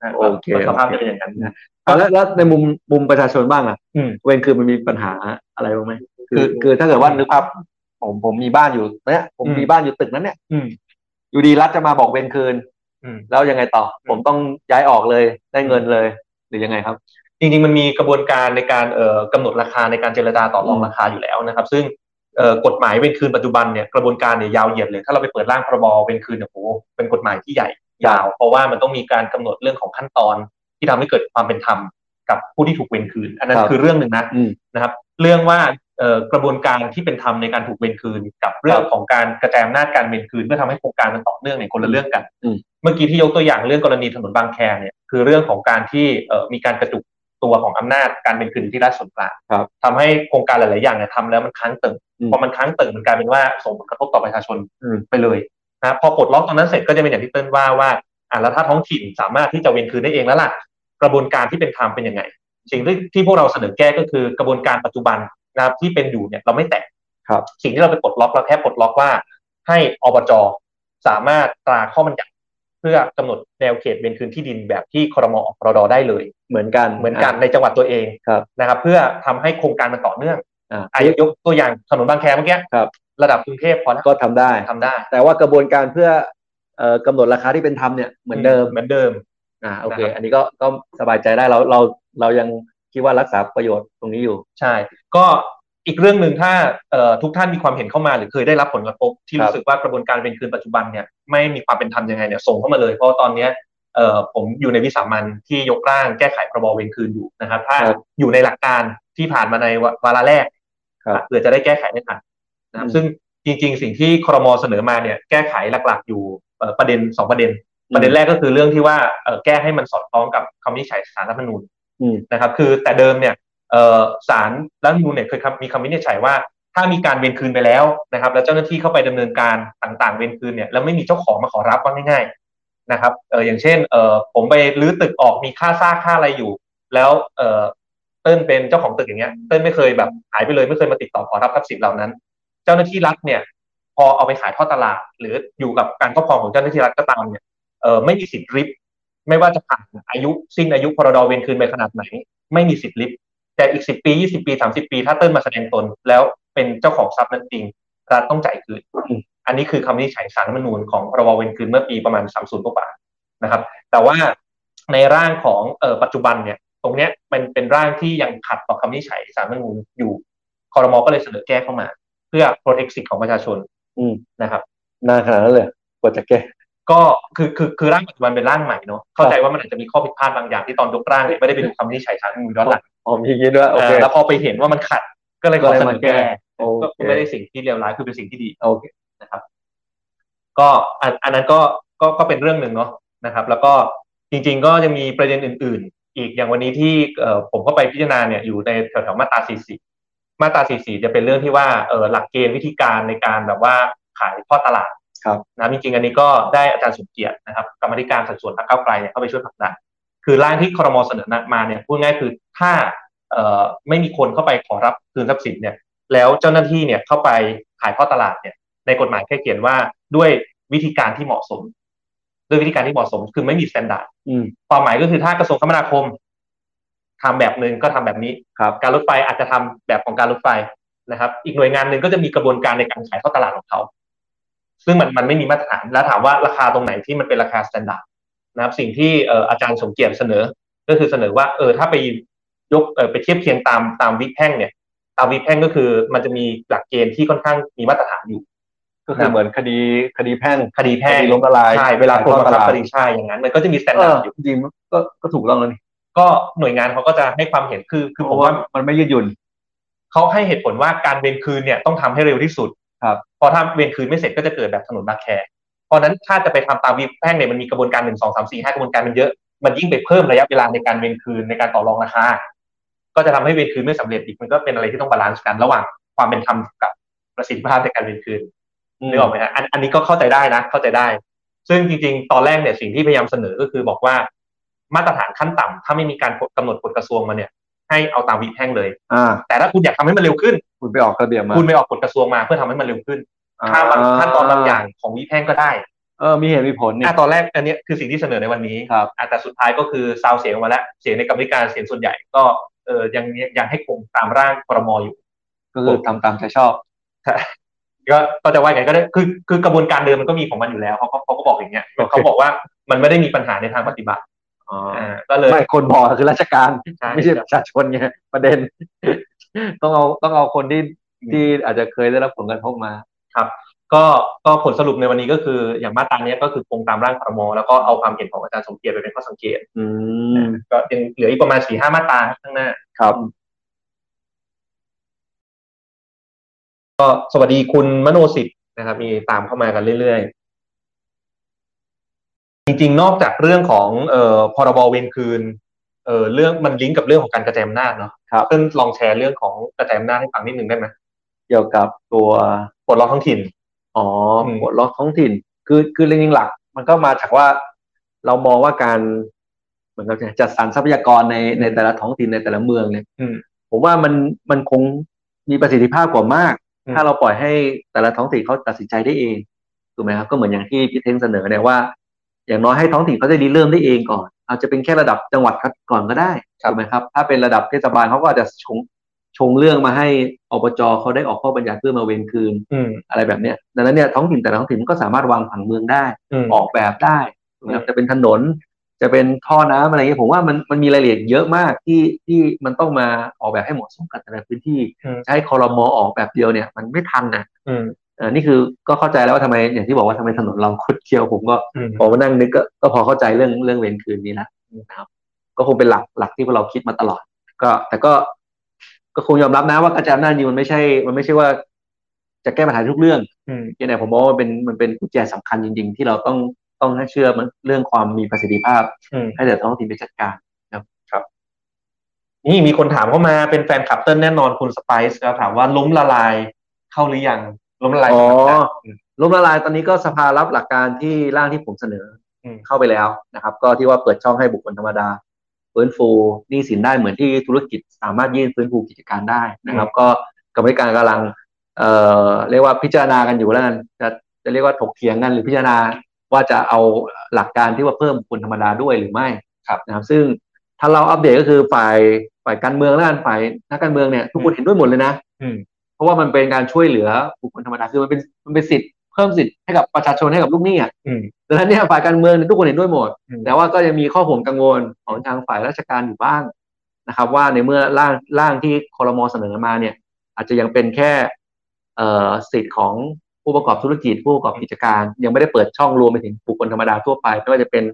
นะ
โอเค
สภาพจะเป็นอย่างนั้นนะ
เอาแล้วแล้วในมุมมุมประชาชนบ้างล่ะ
อืม
เวนคือมันมีปัญหาอะไรบ้างไหมคื
คื
อ
อ
คือถ้าเกิดว่านึกภาพผมผมมีบ้านอยู่เนี่ยผมมีบ้านอยู่ตึกนั้นเนี่ย
อืม
อยู่ดีรัฐจะมาบอกเวนคืน
อืม
แล้วยังไงต่อ ผมต้องย้ายออกเลยได้เงินเลย หรือยังไงครับ
จริงๆมันมีกระบวนการในการเอ่อกำหนดราคาในการเจรจาต่อรองราคาอยู่แล้วนะครับ ซึ่งเอ่อกฎหมายเว้นคืนปัจจุบันเนี่ยกระบวนการเนี่ยยาวเหยียดเลย ถ้าเราไปเปิดร่างพรบเว้นคืนเนี่ยโหเป็นกฎหมายที่ใหญ่ยาว เพราะว่ามันต้องมีการกำหนดเรื่องของขั้นตอน ที่ทำให้เกิดความเป็นธรรมกับผู้ที่ถูกเว้นคืน อันนั้
คน รับ
คือเรื่องหนึ่งนะ
อืม
นะครับเรื่องว่าเอ่อกระบวนการที่เป็นธรรมในการถูกเวนคืน กับเรื่องของการกระจายอำนาจการเวนคืนเพื่อทำให้โครงการมันต่อเนื่องในยคนละเรื่องกัน
อืม
เมื่อกี้ที่ยกตัวอย่างเรื่องกรณีถนนบางแคเนี่ยคือเรื่องของการที่เอ่อมีการกระจุกตัวของอำนาจการเวนคืนอยู่ที่รัฐส่วนกลาง
ครับ
ทำให้โครงการหลาย ๆ อย่างเนี่ยทำแล้วมันค้างเติ่ง
อืม
พอมันค้างเติ่งมันกลายเป็นว่าส่งผลกระทบต่อประชาชน
อืม
ไปเลยนะพอปลดล็อกตรงนั้นเสร็จก็จะเป็นอย่างที่เติ้ลว่าว่าอ่ะแล้วถ้าท้องถิ่นสามารถที่จะเวนคืนได้เองแล้วล่ะกระบวนการที่เป็นธรรมเป็นยังไง สิ่งที่ที่พวกเราเสนอแก้ก็คือกระบวนการปัจจุบันนะครับที่เป็นอยู่เนี่ยเราไม่แตะ
ครับ
สิ่งที่เราไปปลดล็อกเราแค่ปลดล็อกว่า ให้อบจสามารถตราข้อบัญญัติเพื่อกำหนดแนวเขตเป็นคืนที่ดินแบบที่ครมออกพรดได้เลย
เหมือนกัน
เหมือนกันในจังหวัดตัวเอง
ครับ
นะครับ เพื่อทำให้โครงการมันต่อเนื่อง
อ่า
อายกตัวอย่างถนนบางแคเมื่อกี้
ครับ
ระดับกรุงเทพพอแล้ว
ก็ทำได้
ทำได้
แต่ว่ากระบวนการเพื่อเอ่อกำหนดราคาที่เป็นธรรมเนี่ยเหมือนเดิม
เหมือนเดิม
อ่าโอเค
นะครับ
อันนี้ก็ก็สบายใจได้เราเราเรายังคิดว่ารักษาประโยชน์ตรงนี้อยู่
ใช่ ก็อีกเรื่องหนึ่งถ้าเอ่อทุกท่านมีความเห็นเข้ามาหรือเคยได้รับผลกระทบที่
ครับ
รู้สึกว่ากระบวนการเป็นคืนปัจจุบันเนี่ยไม่มีความเป็นธรรมยังไงเนี่ยส่งเข้ามาเลยเพราะว่าตอนเนี้ยเอ่อผมอยู่ในวิสามันที่ยกร่างแก้ไขพรบเวรคืนอยู่นะครับ ถ้า
ครับ
อยู่ในหลักการที่ผ่านมาในวาวาระแรก
ครับ
เพื่อจะได้แก้ไขได้ทันนะครั
อื
บ
ม
ซึ่งจริง ๆ สิ่งที่ครมเสนอมาเนี่ยแก้ไขหลักๆ อยู่เอ่อประเด็นสองประเด็น ประเด็นแรกก็คือเรื่องที่ว่าเอ่อแก้ให้มันสอดคล้องกับคำวินิจฉัยสารรัฐธรรมนูญ
อืม
นะครับ คือแต่เดิมเนี่ยเอ่อสารรัฐธรรมนูญเนี่ยเคยคำมีคำวินิจฉัยว่า ถ้ามีการเวนคืนไปแล้วนะครับ แล้วเจ้าหน้าที่เข้าไปดำเนินการต่างๆเวนคืนเนี่ยแล้วไม่มีเจ้าของมาขอรับว่าง่ายๆนะครับเอ่ออย่างเช่นเอ่อผมไปรื้อตึกออกมีค่าซากค่าอะไรอยู่ แล้วเอ่อเติ้ลเป็นเจ้าของตึกอย่างเงี้ยเติ้ลไม่เคยแบบหายไปเลยไม่เคยมาติดต่อขอรับทรัพย์สินเหล่านั้น เจ้าหน้าที่รัฐเนี่ย พอเอาไปขายทอดตลาด หรืออยู่กับการครอบครองของเจ้าหน้าที่รัฐก็ตามเนี่ย เอ่อไม่มีสิทธิ์ริบไม่ว่าจะผ่านอายุสิ้นอายุพรดเวนคืนไปขนาดไหน ไม่มีสิทธิ์ริบแต่อีกสิบปียี่สิบปีสามสิบปี ถ้าเติ้ลมาแสดงตน แล้วเป็นเจ้าของทรัพย์นั้นจริงรัฐต้องจ่ายคืน
อืม
อันนี้คือคำวินิจฉัยสารรัฐธรรมนูญของพรบเวนคืนเมื่อปีประมาณสามศูนย์กว่าๆนะครับ แต่ว่าในร่างของเอ่อปัจจุบันเนี่ย ตรงเนี้ยมันเป็นร่างที่ยังขัดต่อคำวินิจฉัยสารรัฐธรรมนูญอยู่คอรมอก็เลยเสนอแก้เข้ามา เพื่อ protect สิทธิของประชาชน
อืม
นะครับ
นานขนาดนั้นเลยกว่าจะแก้
ก็คือคือคือร่างปัจจุบันเป็นร่างใหม่เนอะเข้าใจว่ามันอาจจะมีข้อผิดพลาดบางอย่างที่ตอนยกร่างเนี่ยไม่ได้ไปดูคำวินิจฉัยสารรัฐธรรมนูญย้อนหลัง
อ๋อมีอย่างนี้ด้วยโอเค
เออแล้วพอไปเห็นว่ามันขัด ก็เลยขอเสนอแก้
โอ
ก็
เค
ไม่ได้สิ่งที่เลวร้ายคือเป็นสิ่งที่ดี
โอเค
ก็อันอันนั้นก็ก็ก็เป็นเรื่องหนึ่งเนาะนะครับ แล้วก็จริงๆก็ยังมีประเด็นอื่น ๆ อีกอย่างวันนี้ที่เอ่อผมก็ไปพิจารณาเนี่ยอยู่ในแถวๆมาตรา 40 มาตรา 44 จะเป็นเรื่องที่ว่าเอ่อหลักเกณฑ์วิธีการในการแบบว่าขายทอดตลาด
ครับ
นะจริงๆอันนี้ก็ได้อาจารย์สมเกียรตินะครับกรรมาธิการสัดส่วนพรรคก้าวไกลเนี่ยเข้าไปช่วยผลักดันคือร่างที่ครมเสนอมาเนี่ยพูดง่ายคือถ้าเอ่อไม่มีคนเข้าไปขอรับคืนทรัพย์สินเนี่ย แล้วเจ้าหน้าที่เนี่ยเข้าไปขายทอดตลาดเนี่ย ในกฎหมายแค่เขียนว่าด้วยวิธีการที่เหมาะสม ด้วยวิธีการที่เหมาะสมคือไม่มีสแตนดาร์ด
อืม
ความหมายก็คือถ้ากระทรวงคมนาคมทำแบบหนึ่งก็ทำแบบนี้
ครับ
การรถไฟอาจจะทำแบบของการรถไฟนะครับ อีกหน่วยงานหนึ่งก็จะมีกระบวนการในการขายทอดตลาดของเขา ซึ่งมันมันไม่มีมาตรฐานแล้วถามว่าราคาตรงไหนที่มันเป็นราคาสแตนดาร์ดนะครับ สิ่งที่เอ่ออาจารย์สมเกียรติเสนอ ก็คือเสนอว่าเออถ้าไปยกเออไปเทียบเคียงตามตามวิกแพ่งเนี่ย ตามวิกแพ่งก็คือมันจะมีหลักเกณฑ์ที่ค่อนข้างมีมาตรฐานอยู่
ก็คือเหมือนคดีคดีแพ่ง
คดีแพ่ง
ล้มละลาย
ใช่เวลาคนบังคับค
ค
ดีใช่อย่างนั้นมันก็จะมีสแตน
เอ
ดา
อ
ร์ดอยู่
จริงๆก็ก็ถูกต้องแล้วนี่
ก็หน่วยงานเขาก็จะให้ความเห็นคือคือ
เพ
ผม
ราะว่า
ว่า
มันไม่ยืดหยุ่น
เขาให้เหตุผลว่าการเวรคืนเนี่ยต้องทำให้เร็วที่สุด
ครับ
เพอถ้าเวรคืนไม่เสร็จก็จะเกิดแบบถนนบางแคเพราะฉะนั้นถ้าจะไปทำตามวิแพ่งเนี่ยมันมีกระบวนการหนึ่งสองสามสี่ห้ากระบวนการมันเยอะมันยิ่งไปเพิ่มระยะเวลาในการเวรคืนในการต่อรองราคาก็จะทำให้เวรคืนไม่สำเร็จอีกมันก็เป็นอะไรที่ต้องบาลานซ์กันระหว่างความเป็นธรรมกับ ประสิทธิภาพในการเวรคืนนึกออกไหมฮะอันอันนี้ก็เข้าใจได้นะ เข้าใจได้ ซึ่งจริงๆ ตอนแรกเนี่ยสิ่งที่พยายามเสนอก็คือบอกว่า มาตรฐานขั้นต่ำถ้าไม่มีการกำหนดกฎกระทรวงมาเนี่ย ให้เอาตามวิแพ่งเลย
อ่า
แต่ถ้าคุณอยากทำให้มันเร็วขึ้น
คุณไปออกระเบียบมา
คุณไปออกกฎกระทรวงมาเพื่อทำให้มันเร็วขึ้นข้ามบางขั้นตอนบางอย่างของวิแพ่งก็ได้
เออมีเหตุมีผลนี่
อ่ะตอนแรกอันเนี้ยคือสิ่งที่เสนอในวันนี้
ครับ
อ่ะแต่สุดท้ายก็คือซาวเสียงออกมาแล้ว เสียงในกรรมธิการเสียงส่วนใหญ่ก็เออยังยังให้คงตามร่างครมอยู่
ก็คือทำตามใจชอบ
ก็ก็จะว่าไงก็ได้คือคือกระบวนการเดิมมันก็มีของมันอยู่แล้วเขาก็เขาก็บอกอย่างเงี้ยเขาบอกว่ามันไม่ได้มีปัญหาในทางปฏิบัติ
อ๋อ
อ่าก็เลย
ไม่คนบอกคือราชการ
ใช่
ไม่ใช่ประชาชนไงประเด็น ต้องเอาต้องเอาคนที่ที่อาจจะเคยได้รับผลกระทบมา
ก็ก็ผลสรุปในวันนี้ก็คืออย่างมาตราเนี้ยก็คือคงตามร่างครมแล้วก็เอาความเห็นของอาจารย์สมเกียรติไปเป็นข้อสังเกต
อืม
ก็ยังเหลืออีกประมาณสี่ห้ามาตราข้างหน้า
ครับ
ก็สวัสดีคุณมโนสิทธิ์นะครับ มีตามเข้ามากันเรื่อยๆ จริงๆ นอกจากเรื่องของเอ่อพรบเวรคืนเอ่อเรื่องมันลิงก์กับเรื่องของการกระจายอำนาจเนาะ
ครับ
เพิ่นลองแชร์เรื่องของกระจายอำนาจให้ฟังนิดนึงได้ไหม
เกี่ยวกับตัว
ปลดล็อกท้องถิ่น
อ๋อ
อืม
ปลดล็อกท้องถิ่น คือคือจริงๆหลัก มันก็มาจากว่า เรามองว่าการเหมือนกับจัดสรรทรัพยากรในในแต่ละท้องถิ่นในแต่ละเมืองเนี่ย
อืม
ผมว่ามันมันคงมีประสิทธิภาพกว่ามาก
อืม
ถ้าเราปล่อยให้แต่ละท้องถิ่นเขาตัดสินใจได้เองถูกไหมครับ ก็เหมือนอย่างที่พี่เท้งเสนอเนี่ยว่า อย่างน้อยให้ท้องถิ่นเขาได้ดีเริ่มได้เองก่อน อาจจะเป็นแค่ระดับจังหวัดก่อนก็ได้ถูกไหมครับ ถ้าเป็นระดับเทศบาลเขาก็อาจจะชงชงเรื่องมาให้อบจเขาได้ออกข้อบัญญัติเพื่อมาเวนคืน
อืม
อะไรแบบเนี้ยดังนั้นเนี่ยท้องถิ่นแต่ละท้องถิ่นก็สามารถวางผังเมืองได้
อืม
ออกแบบได้นะครับจะเป็นถนน จะเป็นท่อน้ำอะไรเงี้ยผมว่ามันมันมีรายละเอียดเยอะมากที่ที่มันต้องมาออกแบบให้เหมาะสมกับแต่ละพื้นที่
อืม
จะให้คอรมอออกแบบเดียวเนี่ย มันไม่ทันนะ
อืม
เออนี่คือก็เข้าใจแล้วว่าทำไมอย่างที่บอกว่าทำไมถนนเราคดเคี้ยวผมก็
อืม
พอมานั่งนึกก็ก็พอเข้าใจเรื่องเรื่องเวรคืนนี้แล้วนะครับ ก็คงเป็นหลักหลักที่พวกเราคิดมาตลอด ก็แต่ก็ก็คงยอมรับนะว่ากระจายอำนาจนี่มันไม่ใช่ มันไม่ใช่ว่า จะแก้ปัญหาทุกเรื่อง
อืม
ยังไงผมมองว่ามันเป็นมันเป็นกุญแจสำคัญจริง ๆ ที่เราต้องต้องให้เชื่อมันเรื่องความมีประสิทธิภาพ
อืม
ให้แต่ท้องถิ่นไปจัดการ
นี่มีคนถามเข้ามาเป็นแฟนคลับเติ้ลแน่นอนคุณสไปซ์ครับถามว่าล้มละลายเข้าหรือยังล้มละลาย
อ๋อ
อืม
ล้มละลายตอนนี้ก็สภารับหลักการที่ร่างที่ผมเสนออ
ม
เข้าไปแล้วนะครับ ก็ที่ว่าเปิดช่องให้บุคคลธรรมดาฟื้นฟูหนี้สินได้เหมือนที่ธุรกิจสามารถยื่นฟื้นฟูกิจการได้นะครับ ก็กรรมธิการกำลัง เอ่อเรียกว่าพิจารณากันอยู่แล้วกันจะจะเรียกว่าถกเถียงกันหรือพิจารณาว่าจะเอาหลักการที่ว่าเพิ่มบุคคลธรรมดาด้วยหรือไม่
ครับ
นะครับซึ่งถ้าเราอัปเดตก็คือฝ่ายฝ่ายการเมืองแล้วกันฝ่ายนักการเมืองเนี่ยทุกคนเห็นด้วยหมดเลยนะ
อืม
เพราะว่ามันเป็นการช่วยเหลือบุคคลธรรมดาคือมันเป็นมันเป็นสิทธิ์เพิ่มสิทธิ์ให้กับประชาชนให้กับลูกหนี้อ่ะ
อืม
ดังนั้นเนี่ยฝ่ายการเมืองเนี่ยทุกคนเห็นด้วยหมด
อืม
แต่ว่าก็ยังมีข้อห่วงกังวลของทางฝ่ายราชการอยู่บ้างนะครับ ว่าในเมื่อร่างร่างที่คอรมอเสนอมาเนี่ย อาจจะยังเป็นแค่เอ่อสิทธิ์ของผู้ประกอบธุรกิจผู้ประกอบกิจการ ยังไม่ได้เปิดช่องรวมไปถึงบุคคลธรรมดาทั่วไปไม่ว่าจะเป็น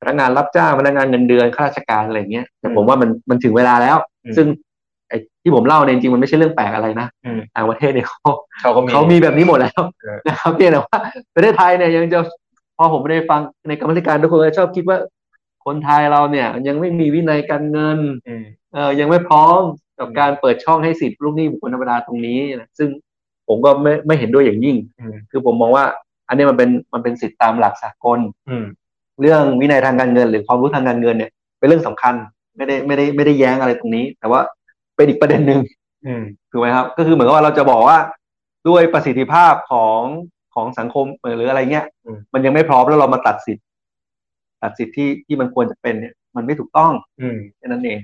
พนักงานรับจ้างพนักงานเงินเดือนข้าราชการอะไรอย่างเงี้ยแต่ผมว่ามันมันถึงเวลาแล้ว
อืม
ซึ่งไอ้ที่ผมเล่าเนี่ยจริงๆมันไม่ใช่เรื่องแปลกอะไรนะ
อืม
ต่างประเทศเนี่ยเขา
เขาก็มี
เขามีแบบนี้หมดแล้ว
เออ
นะครับเพียงแต่ว่าประเทศไทยเนี่ยยังจะพอผมไปฟังในกรรมาธิการทุกคนก็ชอบคิดว่า คนไทยเราเนี่ยยังไม่มีวินัยการเงิน
อืม
เออยังไม่พร้อมกับการเปิดช่องให้สิทธิ์ลูกหนี้บุคคลธรรมดาตรงนี้นะซึ่งผมก็ไม่ไม่เห็นด้วยอย่างยิ่ง
อืม
คือผมมองว่า อันเนี้ยมันเป็นมันเป็นสิทธิตามหลักสากล
อืม
เรื่องวินัยทางการเงิน หรือความรู้ทางการเงินเนี่ยเป็นเรื่องสำคัญไม่ได้ไม่ได้ไม่ได้แย้งอะไรตรงนี้ แต่ว่าเป็นอีกประเด็นหนึ่ง
อืม
ถูกไหมครับ ก็คือเหมือนกับว่าเราจะบอกว่าด้วยประสิทธิภาพของของสังคมเออหรืออะไรเงี้ย
อืม
มันยังไม่พร้อมแล้วเรามาตัดสิทธิ์ตัดสิทธิ์ที่ที่มันควรจะเป็นเนี่ย มันไม่ถูกต้อง
อืม
แค่นั้นเอง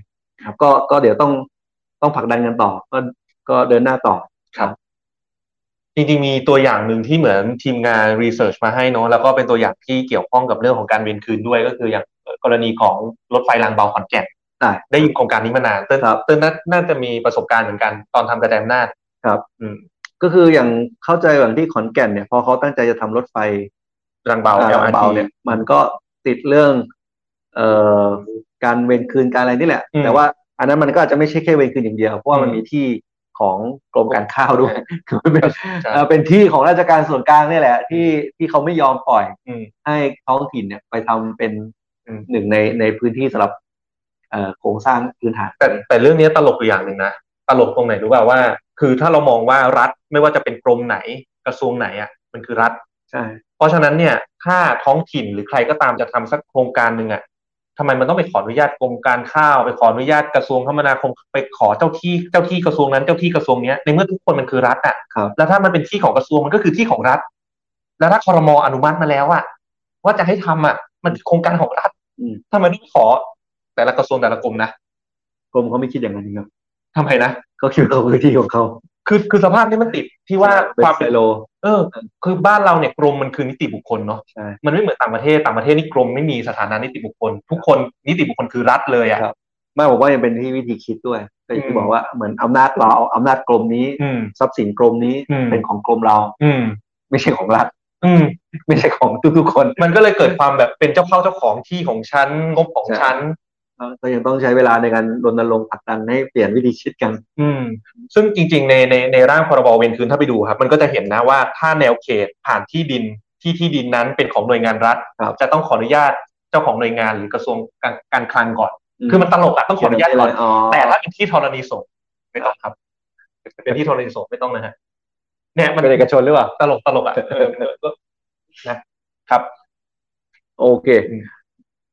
ครับ ก็ก็เดี๋ยวต้องต้องผลักดันกันต่อ ก็ก็เดินหน้าต่อ
จริงๆมีตัวอย่างหนึ่งที่เหมือนทีมงานรีเสิร์ชมาให้เนอะแล้วก็เป็นตัวอย่างที่เกี่ยวข้องกับเรื่องของการเวนคืนด้วยก็คืออย่างเอ่อกรณีของรถไฟรางเบาขอนแก่น
ได้
ได้ยินโครงการนี้มานานเต้น
ครับ
เต้นน่าน่าจะมีประสบการณ์เหมือนกันตอนทำกระแตมนาจ
ครับ
อืม
ก็คืออย่างเข้าใจอย่างที่ขอนแก่นเนี่ยพอเขาตั้งใจจะทำรถไฟ
รางเบา
อ่า
LRT
เบาเนี่ย มันก็ติดเรื่อง เอ่อการเวรคืนการอะไรนี่แหละ
อืม
แต่ว่าอันนั้นมันก็อาจจะไม่ใช่แค่เวรคืนอย่างเดียวเพราะว่ามัน
อืม
มีที่ของกรมการข้าวด้วยคือมันเป็น
ใช่
เอ่อเป็นที่ของราชการส่วนกลางเนี่ยแหละ ที่ที่เขาไม่ยอมปล่อย
อืม
ให้ท้องถิ่นเนี่ยไปทำเป็น
อืม
หนึ่งในในพื้นที่สำหรับเอ่อโครงสร้างพื้นฐาน
แต่แต่เรื่องนี้ตลกอยู่อย่างหนึ่งนะ ตลกตรงไหนรู้ป่าวว่า คือถ้าเรามองว่ารัฐไม่ว่าจะเป็นกรมไหนกระทรวงไหนอ่ะมันคือรัฐ
ใช่
เพราะฉะนั้นเนี่ยถ้าท้องถิ่นหรือใครก็ตามจะทำสักโครงการหนึ่งอ่ะทำไมมันต้องไปขออนุญาตกรมการข้าวไปขออนุญาตกระทรวงคมนาคมไปขอเจ้าที่เจ้าที่กระทรวงนั้นเจ้าที่กระทรวงเนี้ยในเมื่อทุกคนมันคือรัฐอ่ะ
ครับ
แล้วถ้ามันเป็นที่ของกระทรวงมันก็คือที่ของรัฐ แล้วถ้าคอรมออนุมัติมาแล้วอะว่าจะให้ทำอะมันคือโครงการของรัฐ
อืม
ทำไมต้องขอ แต่ละกระทรวงแต่ละกรมนะ
กรมเขาไม่คิดอย่างนั้นครับ
ทำไมนะ
เขาคิดว่าเขาคือที่ของเขา
คือคือสภาพนี้มันติดที่ว่า
เป็น
ความ
ไซ
เป็น
โล
เออ คือบ้านเราเนี่ยกรมมันคือนิติบุคคลเนาะ
ใช่
มันไม่เหมือนต่างประเทศต่างประเทศนี่กรมไม่มีสถานะนิติบุคคล ทุกคนนิติบุคคลคือรัฐเลยอะ
ครับ ไม่บอกว่ายังเป็นที่วิธีคิดด้วยก็อย่าง
อื
ที่
ม
บอกว่าเหมือนอำนาจเราเอาอำนาจกรมนี้
อืม
ทรัพย์สินกรมนี้
อืม
เป็นของกรมเรา
อืม
ไม่ใช่ของรัฐ
อืม
ไม่ใช่ของทุกๆคน
มันก็เลยเกิดความแบบเป็นเจ้าเข้าเจ้าของที่ของฉันงบของ
ใช่
ฉัน
ก็ยังต้องใช้เวลาในการรณรงค์ผลักดันให้เปลี่ยนวิธีคิดกัน
อืมซึ่งจริงๆในในในร่างพรบเวรคืนถ้าไปดูครับ มันก็จะเห็นนะว่าถ้าแนวเขตผ่านที่ดินที่ที่ดินนั้นเป็นของหน่วยงานรัฐ
ครับ
จะต้องขออนุญาตเจ้าของหน่วยงานหรือกระทรวงการการคลังก่อน
อืม
คือมันตลกอะต้องขออนุญาตก่อน
อ๋อ
แต่ถ้าเป็นที่ธรณีสงฆ์ไม่ต้องครับ เป็นที่ธรณีสงฆ์ไม่ต้องนะฮะเนี่ยมัน
เป็นเอกชนหรือเปล่า
ตลกตลกอะ เออเออเออนะครับ
โอเค
อืม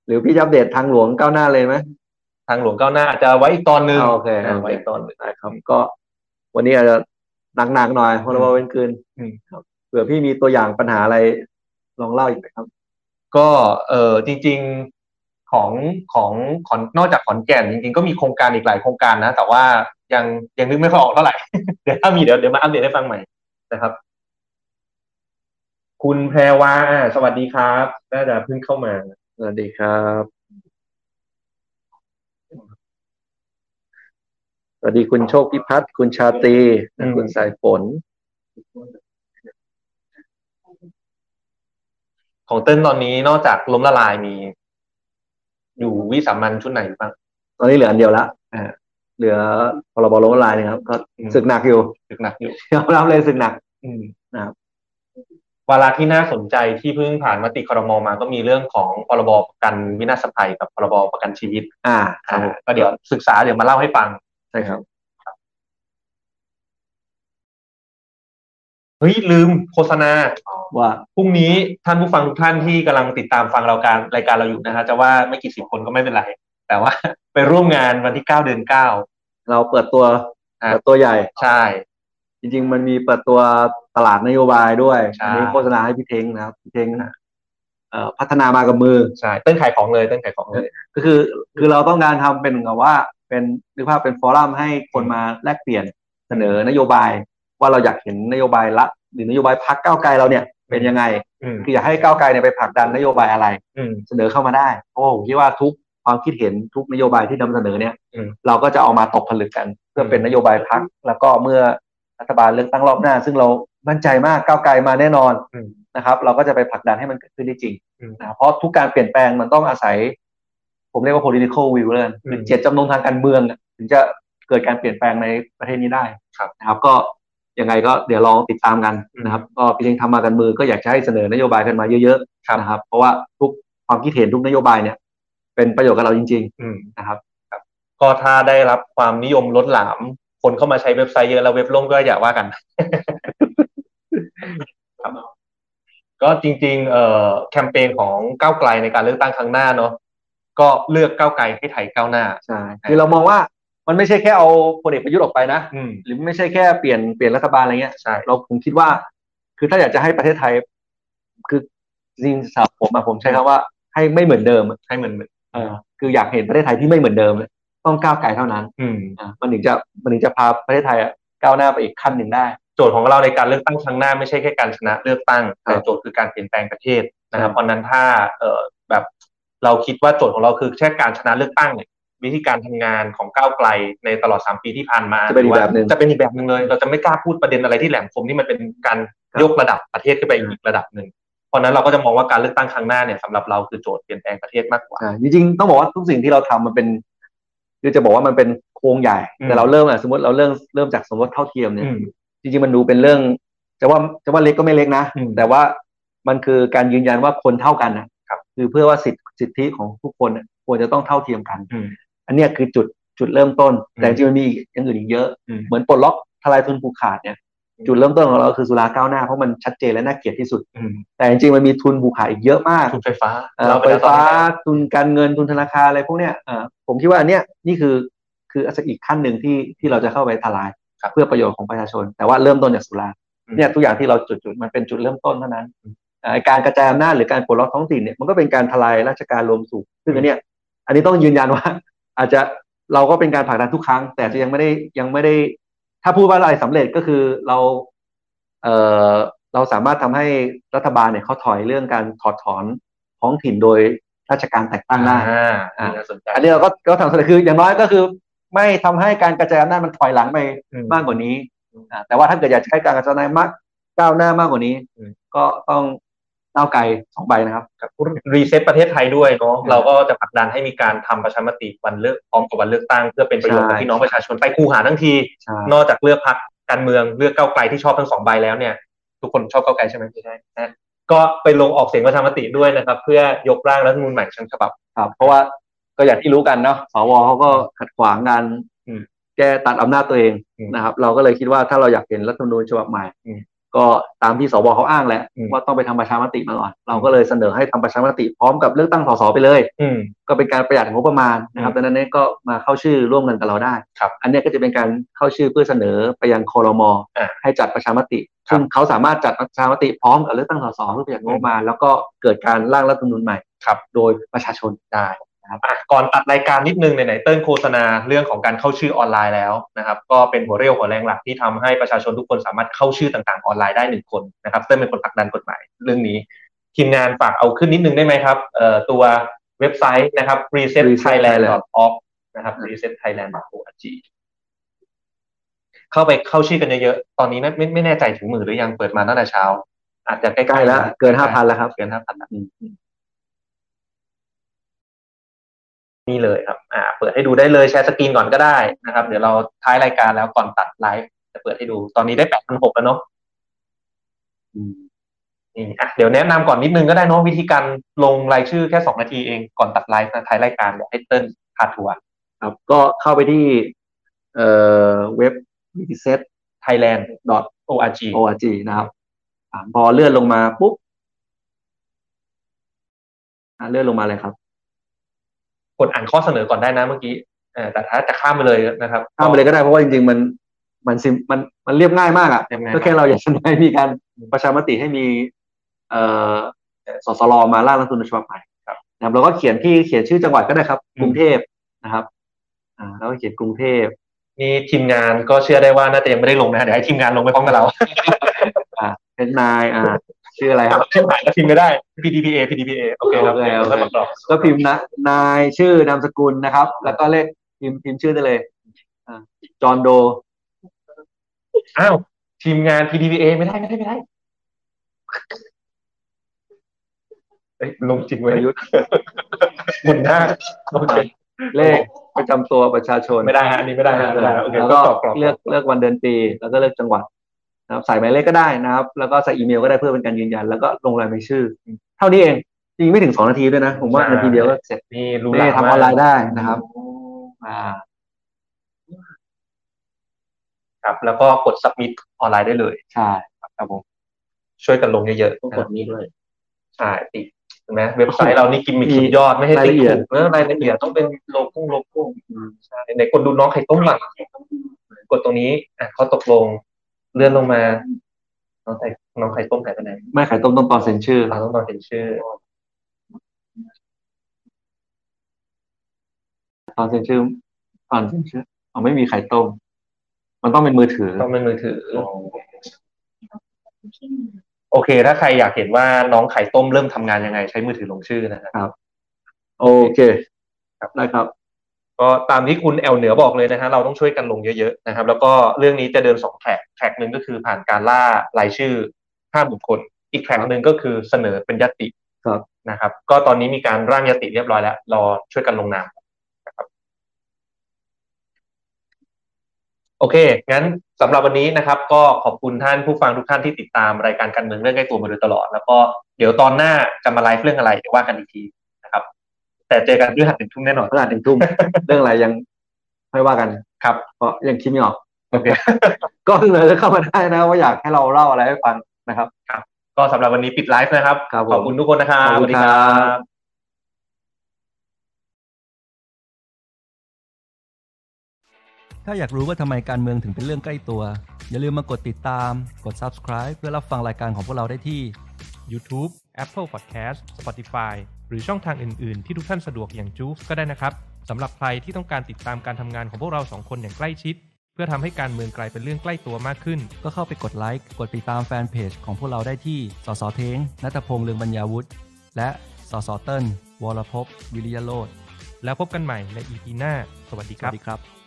หรือพี่จะอัปเดตทางหลวงก้าวหน้าเลยไหม
ทางหลวงก้าวหน้าอาจจะไว้อีกตอนหนึ่ง
อ่าโอเค
นะไว้อีกตอนหนึ่ง
ได้ครับ ก็ วันนี้อาจจะหนักๆหน่อยเพราะเราเป็นคืน
อืม
ครับเผื่อพี่มีตัวอย่างปัญหาอะไร ลองเล่าอีกไหมครับ
ก็เออจริงๆของของขอนนอกจากขอนแก่นจริงๆก็มีโครงการอีกหลายโครงการนะ แต่ว่ายังยังนึกไม่ค่อยออกเท่าไหร่ เดี๋ยวถ้ามีเดี๋ยวเดี๋ยวมาอัปเดตให้ฟังใหม่นะครับ คุณแพรวาอ่าสวัสดีครับน่าจะเพิ่งเข้ามา
สวัสดีครับ สวัสดีคุณโชคพิพัฒน์คุณชาตรี
อืม
คุณสายฝน
ของเต้นตอนนี้นอกจากล้มละลายมี อยู่วิสามันชุดไหนอยู่บ้าง
ตอนนี้เหลืออันเดียวละอ่าเหลือพรบล้มละลายนะครับ ก็
อืม
ศึกหนักอยู่
ถึกหนักอยู่
ยอมรับเลยศึกหนัก
อืม
นะครับ
วาระที่น่าสนใจที่เพิ่งผ่านมติครมมาก็มีเรื่องของพรบประกันวินาศภัยกับพรบประกันชีวิต
อ่าครั
อ่า
บผม
ก็เดี๋ยวศึกษาเดี๋ยวมาเล่าให้ฟัง
ใช่ครับ
เฮ้ย ลืมโฆษณา
ว่า
พรุ่งนี้ท่านผู้ฟังทุกท่านที่กำลังติดตามฟังเราการรายการเราอยู่นะฮะจะว่าไม่กี่สิบคนก็ไม่เป็นไร แต่ว่า ไปร่วมงานวันที่เก้าเดือนเก้า
เราเปิดตัว
อ่า
เปิดตัวใหญ่
ใช่
จริง ๆ มันมีเปิดตัวตลาดนโยบายด้วย
ใช่
อันนี้โฆษณาให้พี่เทงนะครับพี่เทงเอ่อพัฒนามากับมือ
ใช่เต้นขายของเลยเต้นขายของเลย
ก็คือคือเราต้องการทำเป็นเหมือนกับว่าเป็นนึกภาพเป็นฟอรัมให้คนมาแลกเปลี่ยนเสนอนโยบาย ว่าเราอยากเห็นนโยบายละ หรือนโยบายพักก้าวไกลเราเนี่ยเป็นยังไง
อืม
คืออยากให้ก้าวไกลเนี่ยไปผลักดันนโยบายอะไร
อืม
เสนอเข้ามาได้เพราะว่าผมคิดว่าทุกความคิดเห็นทุกนโยบายที่นำเสนอเนี่ย
อืม
เราก็จะเอามาตกผลึกกัน เพื่อเป็นนโยบายพักแล้วก็เมื่อรัฐบาลเลือกตั้งรอบหน้า ซึ่งเรามั่นใจมากก้าวไกลมาแน่นอน
อืม
นะครับ เราก็จะไปผลักดันให้มันเกิดขึ้นได้จริง
อืม
นะครับเพราะทุกการเปลี่ยนแปลงมันต้องอาศัย ผมเรียกว่า political will เลย
อืม
คือเจตจำนงทางการเมืองอะถึงจะเกิดการเปลี่ยนแปลงในประเทศนี้ได้นะครับ ก็ยังไงก็เดี๋ยวลองติดตามกันนะครับ ก็พี่เล้งทำมากันมือก็อยากจะให้เสนอนโยบายกันมาเยอะ
ครับ
ๆนะครับ เพราะว่าทุกความคิดเห็นทุกนโยบายเนี่ย เป็นประโยชน์กับเราจริง
อืม
ๆ นะครับ
ก็ถ้าได้รับความนิยมล้นหลาม คนเข้ามาใช้เว็บไซต์เยอะแล้วเว็บล่มก็อย่าว่ากัน ครับก็จริง ๆ เอ่อแคมเปญของก้าวไกลในการเลือกตั้งครั้งหน้าเนาะก็เลือกก้าวไกลให้ไทยก้าวหน้า
ใช่คือเรามองว่ามันไม่ใช่แค่เอาพลเอกประยุทธ์ออกไปนะ
อืม
หรือไม่ใช่แค่เปลี่ยนเปลี่ยนรัฐบาลอะไรเงี้ย
ใช่
เราผมคิดว่า คือถ้าอยากจะให้ประเทศไทย คือจริงๆสำหรับผมอะผมใช้คำว่าให้ไม่เหมือนเดิมอะ
ให้เหมือนเหมือน
เออคืออยากเห็นประเทศไทยที่ไม่เหมือนเดิมเลยต้องก้าวไกลเท่านั้น
อืม
อ่ะมันถึงจะมันถึงจะพาประเทศไทยอะก้าวหน้าไปอีกขั้นหนึ่งได้
โจทย์ของเราในการเลือกตั้งครั้งหน้าไม่ใช่แค่การชนะเลือกตั้ง
ครับ
แต่โจทย์คือการเปลี่ยนแปลงประเทศนะครั
ครับ บ
เพราะฉะนั้นถ้าเอ่อแบบเราคิดว่าโจทย์ของเราคือแค่การชนะเลือกตั้งเนี่ยวิธีการทำงานของก้าวไกลในตลอด 3 ปีที่ผ่านมา
จะเป็นอีกแบบหนึ่ง
รือว่าจะเป็นอีกแบบหนึ่งเลย เราจะไม่กล้าพูดประเด็นอะไรที่แหลมคมที่มันเป็นการยกระดับประเทศขึ้นไปอีกระดับหนึ่งเพราะฉะนั้นเราก็จะมองว่าการเลือกตั้งครั้งหน้าเนี่ยสำหรับเราคือโจทย์เปลี่ยนแปลงประเทศมากกว่า
อ่าจริงๆต้องบอกว่าทุกสิ่งที่เราทำมันเป็นคือจะบอกว่ามันเป็นโครงใหญ่
อืม
แต่เราเริ่มอ่ะสมมติเราเริ่มเริ่มจากสมรสเท่าเทียมเนี่ย
อืม
จริงๆมันดูเป็นเรื่องจะว่าจะว่าเล็กก็ไม่เล็กนะ
อืม
แต่ว่ามันคือการยืนยันว่าคนเท่ากันนะครับ คือเพื่อว่าสิทธิสิทธิของทุกคนน่ะควรจะต้องเท่าเทียมกัน
อืม
อันเนี้ยคือจุดจุดเริ่มต้น แต่
อื
จ
ม
ริงๆมันมีอีกอย่างอื่นอีกเยอะ
อืม
เหมือนปลดล็อก ทลายทุนผูกขาดเนี่ยจุดเริ่มต้นของเราคือสุราก้าวหน้าเพราะมันชัดเจนและน่าเกลียดที่สุด
อืม
แต่จริงๆมันมีทุนผูกขาดอีกเยอะมาก
ทุนไฟฟ้า
เอ่อ
เรา
ไฟ
แล้วตอน
ฟ้า
นี้
ทุนการเงินทุนธนาคารอะไรพวกเนี้ยเอ่อผมคิดว่าอันเนี้ยนี่คือคืออาจจะอีกขั้นหนึ่งที่ที่เราจะเข้าไปทลาย เพื่อประโยชน์ของประชาชน แต่ว่าเริ่มต้นจากสุราเนี่ยทุกอย่างที่เราจุดๆมันเป็นจุดเริ่มต้นเท่านั้นเอ่อการกระจายอำนาจหรือการปลดล็อกท้องถิ่นเนี่ยมันก็เป็นการทลายราชการรวมสู่ซึ่งอันเนี้ยอันนี้ต้องยืนยันว่า อาจจะเราก็เป็นการผลักดันทุกครั้ง แต่จะยังไม่ได้ยังไม่ได้ ถ้าพูดว่าอะไรสำเร็จก็คือเราเอ่อเราสามารถทำให้รัฐบาลเนี่ยเขาถอยเรื่องการถอดถอนท้องถิ่นโดยราชการแต่งตั้งได้
อ่า
อ่า
น่าสนใจ
อันนี้เราก็ก็ทำสำเร็จคืออย่างน้อยก็คือ ไม่ทำให้การกระจายอำนาจมันถอยหลังไป
อืม
มากกว่านี้อ่าแต่ว่าถ้าเกิดอยากจะให้การกระจายอำนาจมากก้าวหน้ามากกว่านี้
อืม
ก็ต้องก้าวไกลสองใบนะครับ
รีเซ็ตประเทศไทยด้วยเนาะ
ใช่
เราก็จะผลักดันให้มีการทำประชามติวันเลือกพร้อมกับวันเลือกตั้งเพื่อเป็นประโยชน์
ใช่
กับพี่น้องประชาชนไปคูหาทั้งที
ใช่
นอกจากเลือกพรรคการเมืองเลือกก้าวไกลที่ชอบทั้งสองใบแล้วเนี่ย ทุกคนชอบก้าวไกลใช่ไหมไม่ใช่นะก็ไปลงออกเสียงประชามติด้วยนะครับ เพื่อยกร่างรัฐธรรมนูญใหม่ฉบับ
ครับ เพราะว่าก็อย่างที่รู้กันเนาะสวเขาก็ขัดขวางงาน
อืม
แก้ตัดอำนาจตัวเอง
อืม
นะครับ เราก็เลยคิดว่าถ้าเราอยากเห็นรัฐธรรมนูญฉบับใหม่
อืม
ก็ตามที่สวเขาอ้างแหละ
อืม
ว่าต้องไปทำประชามติมาก่อนเราก็เลยเสนอให้ทำประชามติพร้อมกับเลือกตั้งสสไปเลย
อืม
ก็เป็นการประหยัดงบประมาณนะครับดังนั้นเนี่ยก็มาเข้าชื่อร่วมกันกับเราได้
ครับ
อันเนี้ยก็จะเป็นการเข้าชื่อเพื่อเสนอไปยังคอรมอ
อ่า
ให้จัดประชามติ
ครับ
ซึ่งเขาสามารถจัดประชามติพร้อมกับเลือกตั้งสสเพื่อประหยัดงบประมาณ แล้วก็เกิดการร่างรัฐธรรมนูญใหม่
ครับ
โดยประชาชนได้
อ่ะก่อนตัดรายการนิดนึงไหนๆเติ้ลโฆษณาเรื่องของการเข้าชื่อออนไลน์แล้วนะครับ ก็เป็นหัวเรี่ยวหัวแรงหลักที่ทำให้ประชาชนทุกคนสามารถเข้าชื่อต่างๆออนไลน์ได้หนึ่งคนนะครับเติ้ลเป็นคนผลักดันกฎหมายเรื่องนี้ ทีมงานฝากเอาขึ้นนิดนึงได้ไหมครับเอ่อตัวเว็บไซต์นะครับ reset thailand org นะครับ reset thailand org เข้าไปเข้าชื่อกันเยอะๆตอนนี้นะไม่ไม่แน่ใจถึงหมื่นหรือยังเปิดมาตั้งแต่เช้า อาจจะใก
ใกล้
ล้
แล้ว
ๆะ
เกินห้าพันแล้วครับ
เกินห้าพันแล้ว นี่เลยครับ อ่า เปิดให้ดูได้เลยแชร์สกรีนก่อนก็ได้นะครับ เดี๋ยวเราท้ายรายการแล้วก่อนตัดไลฟ์จะเปิดให้ดู ตอนนี้ได้แปดพันหกแล้วเนาะ
อืม
นี่อ่ะเดี๋ยวแนะนำก่อนนิดนึงก็ได้เนาะวิธีการลงรายชื่อแค่สองนาทีเองก่อนตัดไลฟ์นะท้ายรายการเดี๋ยวให้เติ้ลพาทัวร์
ครับก็เข้าไปที่เอ่อเว็บ reset
Thailand
dot
org
org นะครับอ่าพอเลื่อนลงมาปุ๊บอ่าเลื่อนลงมาเลยครับ
กดอ่านข้อเสนอก่อนได้นะเมื่อกี้เออแต่ถ้าจะข้ามไปเลยนะครับ
ข้ามไปเลยก็ได้เพราะว่าจริงๆมันมันซิมมันมันเรียบง่ายมากอ่ะ
เรียบง่ายมาก
ก็แค่เราอยากจะให้มีการประชามติให้มีเอ่อสสรมาร่างรัฐธรรมนูญฉบับใหม่นะครับเราก็เขียนที่เขียนชื่อจังหวัดก็ได้ครับ กรุงเทพนะครับ อ่าแล้วก็เขียนกรุงเทพ
นี่ทีมงานก็เชื่อได้ว่าน่าจะยังไม่ได้ลงนะเดี๋ยวให้ทีมงานลงไปพร้อมกับเรา
อ่าเป็นนายอ่าชื่ออะไรครับ
ชื่อหายก็พิมพ์ไม่ได้ PDPA PDPA โอเคครับ
โอเคโอ
ดี๋ยว
เค
ราประกอบ
ก็พิมพ์นะนายชื่อนามสกุลนะครับ แล้วก็เลขพิมพ์พิมพ์ชื่อได้เลยอ่าจอห์นโด
อ้าวทีมงาน PDPA ไม่ได้ไม่ได้ไม่ได้เอ้ยลงจริง
ป
เว้ย
ระยุทธ์
หมุนหน้าโอเค
เลขประจำตัวประชาชน
ไม่ได้ฮะอันนี้ไม่ได้ฮะไม่ได้ฮะโอเค
แล้ว
ก็
ก็
กรอบกรอบ
เลือกเลือกวันเดือนปี แล้วก็เลือกจังหวัดนะครับใส่หมายเลขก็ได้นะครับ แล้วก็ใส่อีเมลก็ได้เพื่อเป็นการยืนยัน แล้วก็ลงลายมือชื่อ เท่านี้เองจริงไม่ถึงสองนาทีด้วยนะ ผมว่านาทีเดียวก็เสร็จ
นี่รู้
ได้
ว
ทำออนไลน์ได้นะครับอ่า
ครับ แล้วก็กด submit ออนไลน์ได้เลย
ใช่
ครับผมช่วยกันลงเยอะ
ต้อง
ๆ
กดนี้ด้วย
ใช่ติดเห็นไหมเว็บไซต์เรานี่กิมมิคสุดยอดไม่ให้
ราย
ติด
ละเอียด
ถูกเนื้อรายละเอียดต้องเป็นโลโก้โลโก้ใช่ไหนกดดูน้องไข่ต้มหลังกดตรงนี้อ่ะเขาตกลงเลื่อนลงมา น้องไข่น้องไข่ต้มหายไปไหน
ไม่ขายต้มต้องตอนเซ็นชื่อ
เราต้องรอเห็นชื่อ
ตอนเซ็นชื่อตอนเซ็นชื่ออ๋อไม่มีไข่ต้ม มันต้องเป็นมือถือ
ต้องเป็นมือถือ โอเค ถ้าใครอยากเห็นว่าน้องไข่ต้มเริ่มทำงานยังไง ใช้มือถือลงชื่อนะฮะ
โอเคครับได้ครับ
ก็ตามที่คุณแอลเหนือบอกเลยนะฮะเราต้องช่วยกันลงเยอะๆนะครับ แล้วก็เรื่องนี้จะเดินสองแทร็กแทร็กหนึ่งก็คือผ่านการล่ารายชื่อห้าหมื่นคน อีกแทร็กหนึ่งก็คือเสนอเป็นยตติ
ครับ
นะครับ ก็ตอนนี้มีการร่างยตติเรียบร้อยแล้วรอช่วยกันลงนามนะครับโอเค งั้นสำหรับวันนี้นะครับ ก็ขอบคุณท่านผู้ฟังทุกท่านที่ติดตามรายการการเมืองเรื่องใกล้ตัวมาโดยตลอด แล้วก็เดี๋ยวตอนหน้าจะมาไลฟ์เรื่องอะไรเดี๋ยวว่ากันอีกทีนะครับ แต่เจอกันพฤ หัสเป็นทุ่มแน่นอน
พระราชหนึ่งทุ่ม เรื่องอะไรยังไม่ว่ากัน
ครับ
เพราะยังคิดไม่ออก
เ
โอเค
ก็เลยเข้ามาได้นะว่าอยากให้เราเล่าอะไรให้ฟังนะครับ
ก็สำหรับวันนี้ปิดไลฟ์นะครับ
ครับผม
ขอบคุณทุกคนนะครั
ข
บ
อบ
ส
คุ
วัส
ณ
ดีค
ครั
รับ
บ
ถ้าอยากรู้ว่าทำไมการเมืองถึงเป็นเรื่องใกล้ตัว อย่าลืมมากดติดตาม กด subscribe เพื่อรับฟังรายการของพวกเราได้ที่
YouTube Apple Podcast Spotify หรือช่องทางอื่น ๆ ที่ทุกท่านสะดวกอย่างจูฟก็ได้นะครับสำหรับใครที่ต้องการติดตามการทำงานของพวกเราสองคนอย่างใกล้ชิด เพื่อทำให้การเมืองกลายเป็นเรื่องใกล้ตัวมากขึ้น
ก็เข้าไปกดไลค์ กดติดตามแฟนเพจของพวกเราได้ที่ สสเทงนัทพงษ์เลืองบรรยาวุฒิ และสสเติ้ลวรภพวิริยโรธ
แล้วพบกันใหม่ใน EP หน้า สวัสดี
ส
ค
วั
รั
ส
บ
ดีครับ